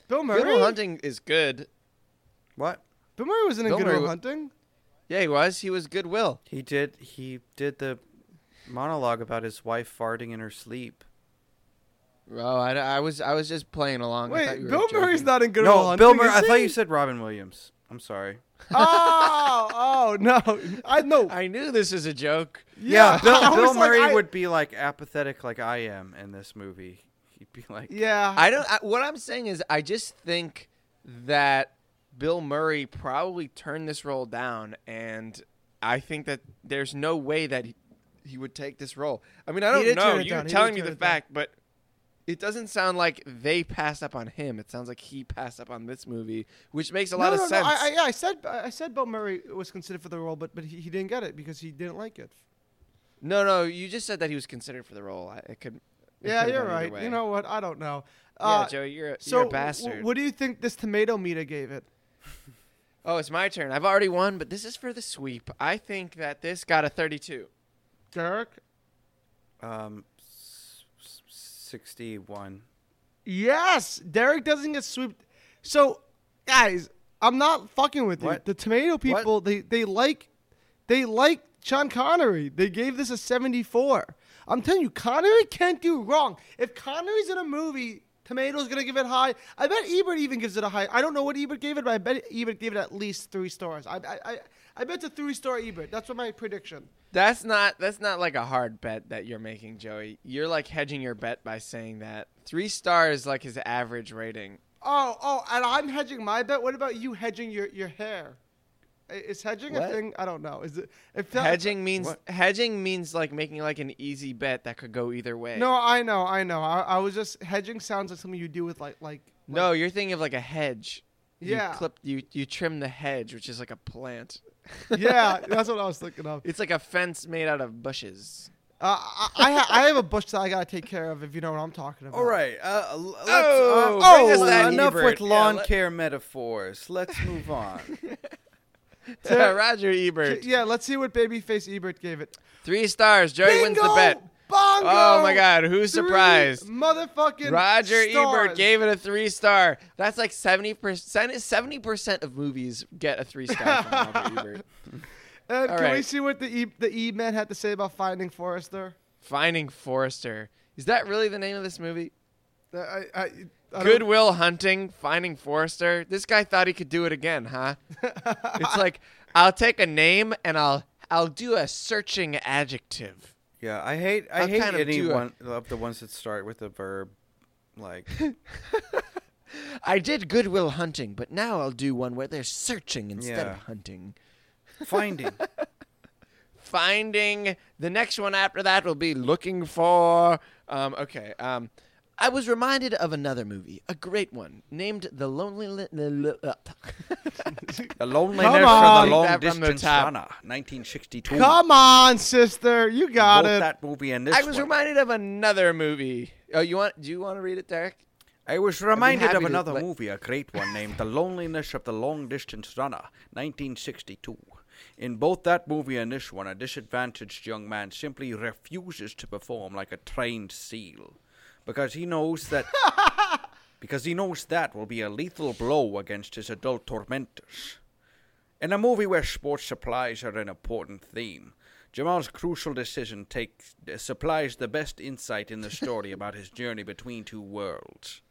Speaker 1: Bill Murray.
Speaker 3: Goodwill Hunting is good.
Speaker 2: What?
Speaker 1: Bill Murray was in a
Speaker 3: Bill
Speaker 1: Good
Speaker 3: Murray
Speaker 1: Will
Speaker 3: wa-
Speaker 1: Hunting.
Speaker 3: Yeah, he was. He was Goodwill.
Speaker 2: He did he did the monologue about his wife farting in her sleep.
Speaker 3: Oh, I, I was I was just playing along. I
Speaker 1: Wait,
Speaker 3: thought you were
Speaker 1: Bill
Speaker 3: joking.
Speaker 1: Murray's not in Good Will
Speaker 2: no,
Speaker 1: Hunting.
Speaker 2: Bill Murray.
Speaker 1: is
Speaker 2: I thought
Speaker 1: he?
Speaker 2: you said Robin Williams. I'm sorry.
Speaker 1: Oh, oh no! I know.
Speaker 3: I knew this is a joke.
Speaker 2: Yeah,
Speaker 1: Yeah, I
Speaker 2: Bill,
Speaker 1: was
Speaker 2: Bill
Speaker 1: like,
Speaker 2: Murray
Speaker 1: I-
Speaker 2: would be like apathetic, like I am in this movie. He'd be like,
Speaker 1: Yeah.
Speaker 3: I don't. I, what I'm saying is, I just think that Bill Murray probably turned this role down, and I think that there's no way that he, he would take this role. I mean, I
Speaker 1: He
Speaker 3: don't
Speaker 1: did
Speaker 3: know.
Speaker 1: turn it
Speaker 3: You're
Speaker 1: down. He
Speaker 3: telling
Speaker 1: did
Speaker 3: me
Speaker 1: turn
Speaker 3: the
Speaker 1: it down.
Speaker 3: fact, but it doesn't sound like they passed up on him. It sounds like he passed up on this movie, which makes a lot
Speaker 1: no,
Speaker 3: of
Speaker 1: no,
Speaker 3: sense.
Speaker 1: No, I, I, yeah, I said I said Bill Murray was considered for the role, but but he, he didn't get it because he didn't like it.
Speaker 3: no, no, you just said that he was considered for the role. I, it could. it
Speaker 1: Yeah,
Speaker 3: could've
Speaker 1: you're
Speaker 3: gone either
Speaker 1: right.
Speaker 3: way.
Speaker 1: You know what? I don't know.
Speaker 3: Yeah,
Speaker 1: uh,
Speaker 3: Joe, you're a-
Speaker 1: so
Speaker 3: you're a
Speaker 1: w-
Speaker 3: bastard.
Speaker 1: what do you think this tomato meter gave it?
Speaker 3: Oh, it's my turn. I've already won, but this is for the sweep. I think that this got a 32.
Speaker 1: Derek?
Speaker 2: um, s- s- sixty-one.
Speaker 1: Yes, Derek doesn't get swooped. So, guys, I'm not fucking with you.
Speaker 2: What?
Speaker 1: The tomato people, they they like they like Sean Connery. They gave this a 74. I'm telling you, Connery can't do wrong. If Connery's in a movie, Tomato's gonna give it high. I bet Ebert even gives it a high. I don't know what Ebert gave it, but I bet Ebert gave it at least three stars. I I I, I bet it's a three star Ebert. That's what my prediction.
Speaker 3: That's not that's not like a hard bet that you're making, Joey. You're like hedging your bet by saying that. 3 stars like his average rating.
Speaker 1: Oh, oh, and I'm hedging my bet. What about you hedging your, your hair? I- Is hedging
Speaker 3: What?
Speaker 1: a thing? I don't know. Is it if that-
Speaker 3: Hedging means hedging means like making like an easy bet that could go either way.
Speaker 1: No, I know, I know. I, I was just hedging sounds like something you do with like like.
Speaker 3: No, you're thinking of like a hedge.
Speaker 1: Yeah.
Speaker 3: You clip you you trim the hedge, which is like a plant.
Speaker 1: Yeah, that's what I was thinking of.
Speaker 3: It's like a fence made out of bushes.
Speaker 1: Uh, I I, ha- I have a bush that I gotta take care of if you know what I'm talking about.
Speaker 2: All right. Uh, l- let's,
Speaker 3: Oh,
Speaker 2: uh,
Speaker 3: bring us
Speaker 2: oh,
Speaker 3: that
Speaker 2: enough
Speaker 3: Ebert.
Speaker 2: with
Speaker 3: Yeah,
Speaker 2: lawn
Speaker 3: let-
Speaker 2: care metaphors. Let's move on.
Speaker 1: Ter-
Speaker 3: Roger Ebert.
Speaker 1: Yeah, let's see what Babyface Ebert gave it.
Speaker 3: 3 stars. Joey wins the
Speaker 1: Bingo!
Speaker 3: bet.
Speaker 1: Bongo!
Speaker 3: Oh my god, who's
Speaker 1: Three
Speaker 3: surprised?
Speaker 1: Motherfucking
Speaker 3: Roger Ebert
Speaker 1: stars.
Speaker 3: gave it a three star. That's like seventy percent. Seventy percent of movies get a three star from Roger Ebert.
Speaker 1: And
Speaker 3: All
Speaker 1: can we
Speaker 3: right.
Speaker 1: see what the E the E man had to say about finding Forrester?
Speaker 3: Finding Forrester. Is that really the name of this movie?
Speaker 1: Uh, I, I, I don't-
Speaker 3: Goodwill Hunting. Finding Forrester. This guy thought he could do it again, huh? it's like I'll take a name and I'll I'll do a searching adjective.
Speaker 2: Yeah, I hate I
Speaker 3: I'll
Speaker 2: hate
Speaker 3: kind of
Speaker 2: any
Speaker 3: do a-
Speaker 2: one of the ones that start with a verb, like
Speaker 3: I did Goodwill Hunting, but now I'll do one where they're searching instead
Speaker 2: Yeah.
Speaker 3: of hunting.
Speaker 2: finding.
Speaker 3: finding the next one after that will be looking for um okay um I was reminded of another movie, a great one, named The Lonely. Li- the Lo- uh,
Speaker 2: The Loneliness for the Long Distance Runner, 1962.
Speaker 1: Come on, sister, you got
Speaker 2: Both
Speaker 1: it.
Speaker 2: that movie and this
Speaker 3: I was
Speaker 2: one.
Speaker 3: reminded of another movie. Oh, you want? Do you want to read it, Derek?
Speaker 2: I was
Speaker 3: be
Speaker 2: reminded of
Speaker 3: happy to
Speaker 2: another
Speaker 3: let-
Speaker 2: movie, a great one named The Loneliness of the Long Distance Runner, 1962. In both that movie and this one, a disadvantaged young man simply refuses to perform like a trained seal because he knows that because he knows that will be a lethal blow against his adult tormentors. In a movie where sports supplies are an important theme, Jamal's crucial decision takes supplies the best insight in the story about his journey between two worlds.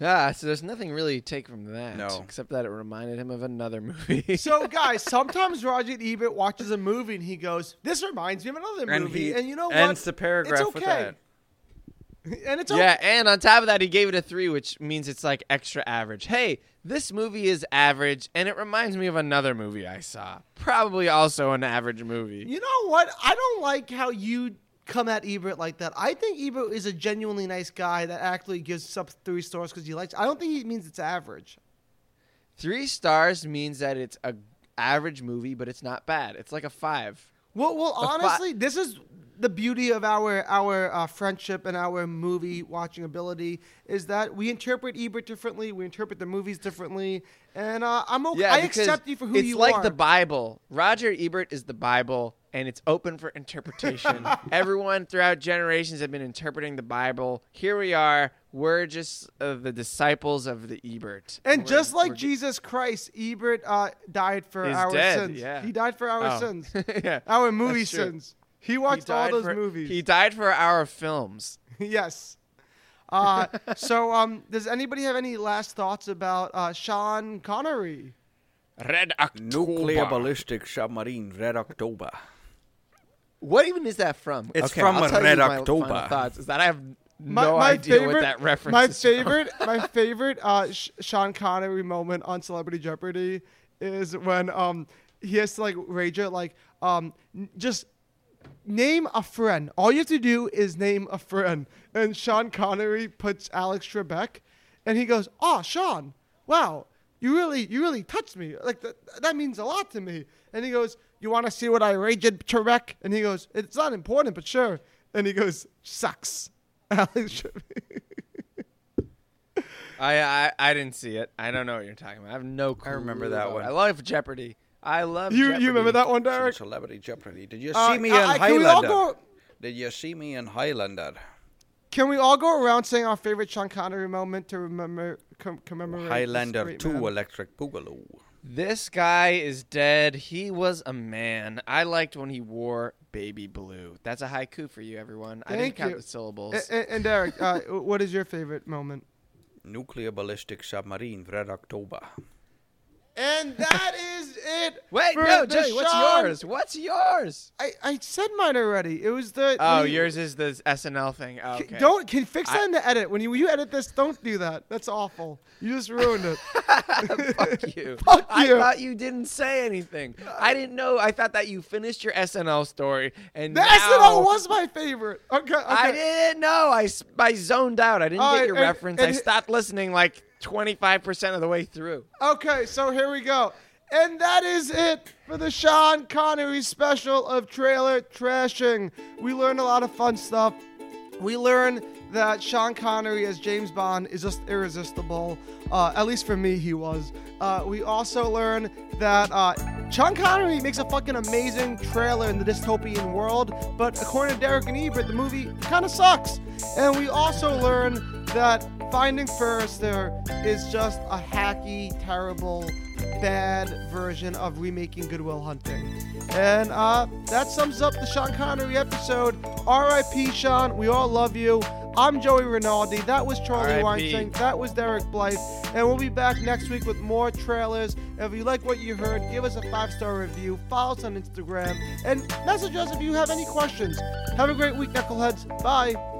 Speaker 3: Ah, so there's nothing really to take from that.
Speaker 2: No.
Speaker 3: Except that it reminded him of another movie.
Speaker 1: so, guys, sometimes Roger Ebert watches a movie and he goes, "This reminds me of another
Speaker 2: And
Speaker 1: movie,"
Speaker 2: he
Speaker 1: and you know what?
Speaker 2: ends the paragraph
Speaker 1: it's
Speaker 2: with
Speaker 1: okay. And it's
Speaker 3: yeah, and on top of that, he gave it a three, which means it's like extra average. Hey, this movie is average, and it reminds me of another movie I saw. Probably also an average movie.
Speaker 1: You know what? I don't like how you come at Ebert like that. I think Ebert is a genuinely nice guy that actually gives up three stars because he likes. I don't think he means it's average.
Speaker 3: Three stars means that it's a average movie, but it's not bad. It's like a five.
Speaker 1: Well, well,
Speaker 3: A fi-
Speaker 1: honestly, this is the beauty of our our uh, friendship and our movie watching ability is that we interpret Ebert differently. We interpret the movies differently, and uh, I'm okay. I
Speaker 3: because
Speaker 1: accept you for who
Speaker 3: it's
Speaker 1: you
Speaker 3: like
Speaker 1: are.
Speaker 3: the Bible. Roger Ebert is the Bible, and it's open for interpretation. Everyone throughout generations have been interpreting the Bible. Here we are. We're just uh, the disciples of the Ebert.
Speaker 1: and
Speaker 3: We're-
Speaker 1: just like
Speaker 3: we're-
Speaker 1: Jesus Christ, Ebert uh, died for
Speaker 3: Is
Speaker 1: our
Speaker 3: dead,
Speaker 1: sins.
Speaker 3: yeah.
Speaker 1: He died for our
Speaker 3: Oh.
Speaker 1: sins.
Speaker 3: Yeah,
Speaker 1: Our movie
Speaker 3: that's true.
Speaker 1: sins. He watched all
Speaker 3: died
Speaker 1: those
Speaker 3: for-
Speaker 1: movies.
Speaker 3: He died for our films.
Speaker 1: yes. Uh, so, um, does anybody have any last thoughts about uh, Sean Connery?
Speaker 3: Red October.
Speaker 2: Nuclear ballistic submarine, Red October.
Speaker 3: What even is that from?
Speaker 2: It's
Speaker 3: Okay,
Speaker 2: from
Speaker 3: I'll
Speaker 2: a
Speaker 3: tell you
Speaker 2: Red
Speaker 3: my
Speaker 2: October.
Speaker 3: final thoughts is that I have no idea what that reference
Speaker 1: My
Speaker 3: is from.
Speaker 1: favorite, my favorite uh, Sh- Sean Connery moment on Celebrity Jeopardy is when um, he has to like rage it like um, n- just name a friend. All you have to do is name a friend, and Sean Connery puts Alex Trebek, and he goes, "Ah, Sean, wow." You really, you really touched me. Like that, that means a lot to me. And he goes, "You want to see what I raged Trebek?" And he goes, "It's not important, but sure." And he goes, "Sucks." Alex Trebek.
Speaker 3: I, I I didn't see it. I don't know what you're talking about. I have no clue. I
Speaker 2: remember that one.
Speaker 3: I love Jeopardy. I love
Speaker 1: You- you
Speaker 3: Jeopardy.
Speaker 1: remember that one,
Speaker 2: Some
Speaker 1: Derek?
Speaker 2: Celebrity Jeopardy. Did you
Speaker 1: Uh,
Speaker 2: see me
Speaker 1: I-
Speaker 2: in
Speaker 1: I- can we all
Speaker 2: Highlander?
Speaker 1: go-
Speaker 2: Did you see me in Highlander?
Speaker 1: Can we all go around saying our favorite Sean Connery moment to remember com- commemorate? this
Speaker 2: Highlander
Speaker 1: great
Speaker 2: 2
Speaker 1: man?
Speaker 2: Electric Boogaloo.
Speaker 3: This guy is dead. He was a man. I liked when he wore baby blue. That's a haiku for you, everyone. I didn't
Speaker 1: Thank
Speaker 3: count
Speaker 1: you.
Speaker 3: the syllables.
Speaker 1: A- a- And, Derek, uh, what is your favorite moment?
Speaker 2: Nuclear ballistic submarine, Red October.
Speaker 1: And that is it.
Speaker 3: Wait,
Speaker 1: for
Speaker 3: no,
Speaker 1: the
Speaker 3: Joey, what's
Speaker 1: Sean-
Speaker 3: yours? What's yours?
Speaker 1: I, I said mine already. It was the
Speaker 3: Oh,
Speaker 1: when you-
Speaker 3: yours is the SNL thing. Oh,
Speaker 1: c-
Speaker 3: okay.
Speaker 1: Don't can fix
Speaker 3: I-
Speaker 1: that in the edit. When you you edit this, don't do that. That's awful. You just ruined it.
Speaker 3: Fuck you.
Speaker 1: Fuck
Speaker 3: I
Speaker 1: you.
Speaker 3: thought you didn't say anything. I didn't know. I thought that you finished your SNL story and
Speaker 1: The
Speaker 3: now
Speaker 1: SNL was my favorite. Okay, okay.
Speaker 3: I didn't know. I, s- I zoned out. I didn't
Speaker 1: All
Speaker 3: get
Speaker 1: right,
Speaker 3: your
Speaker 1: and-
Speaker 3: reference. I
Speaker 1: and-
Speaker 3: stopped listening like 25% of the way through.
Speaker 1: Okay, so here we go. And that is it for the Sean Connery special of trailer trashing. We learned a lot of fun stuff. We learned that Sean Connery as James Bond is just irresistible. Uh, at least for me, he was. Uh, we also learned that uh, Sean Connery makes a fucking amazing trailer in the dystopian world, but according to Derek and Ebert, the movie kind of sucks. And we also learned that Finding Forrester is just a hacky, terrible, bad version of remaking Goodwill Hunting. And uh, that sums up the Sean Connery episode. R.I.P. Sean, we all love you. I'm Joey Rinaldi. That was
Speaker 3: R.I.P..
Speaker 1: Charlie Weinstein. That was Derek Blythe. And we'll be back next week with more trailers. If you like what you heard, give us a five star review. Follow us on Instagram. And message us if you have any questions. Have a great week, Knuckleheads. Bye.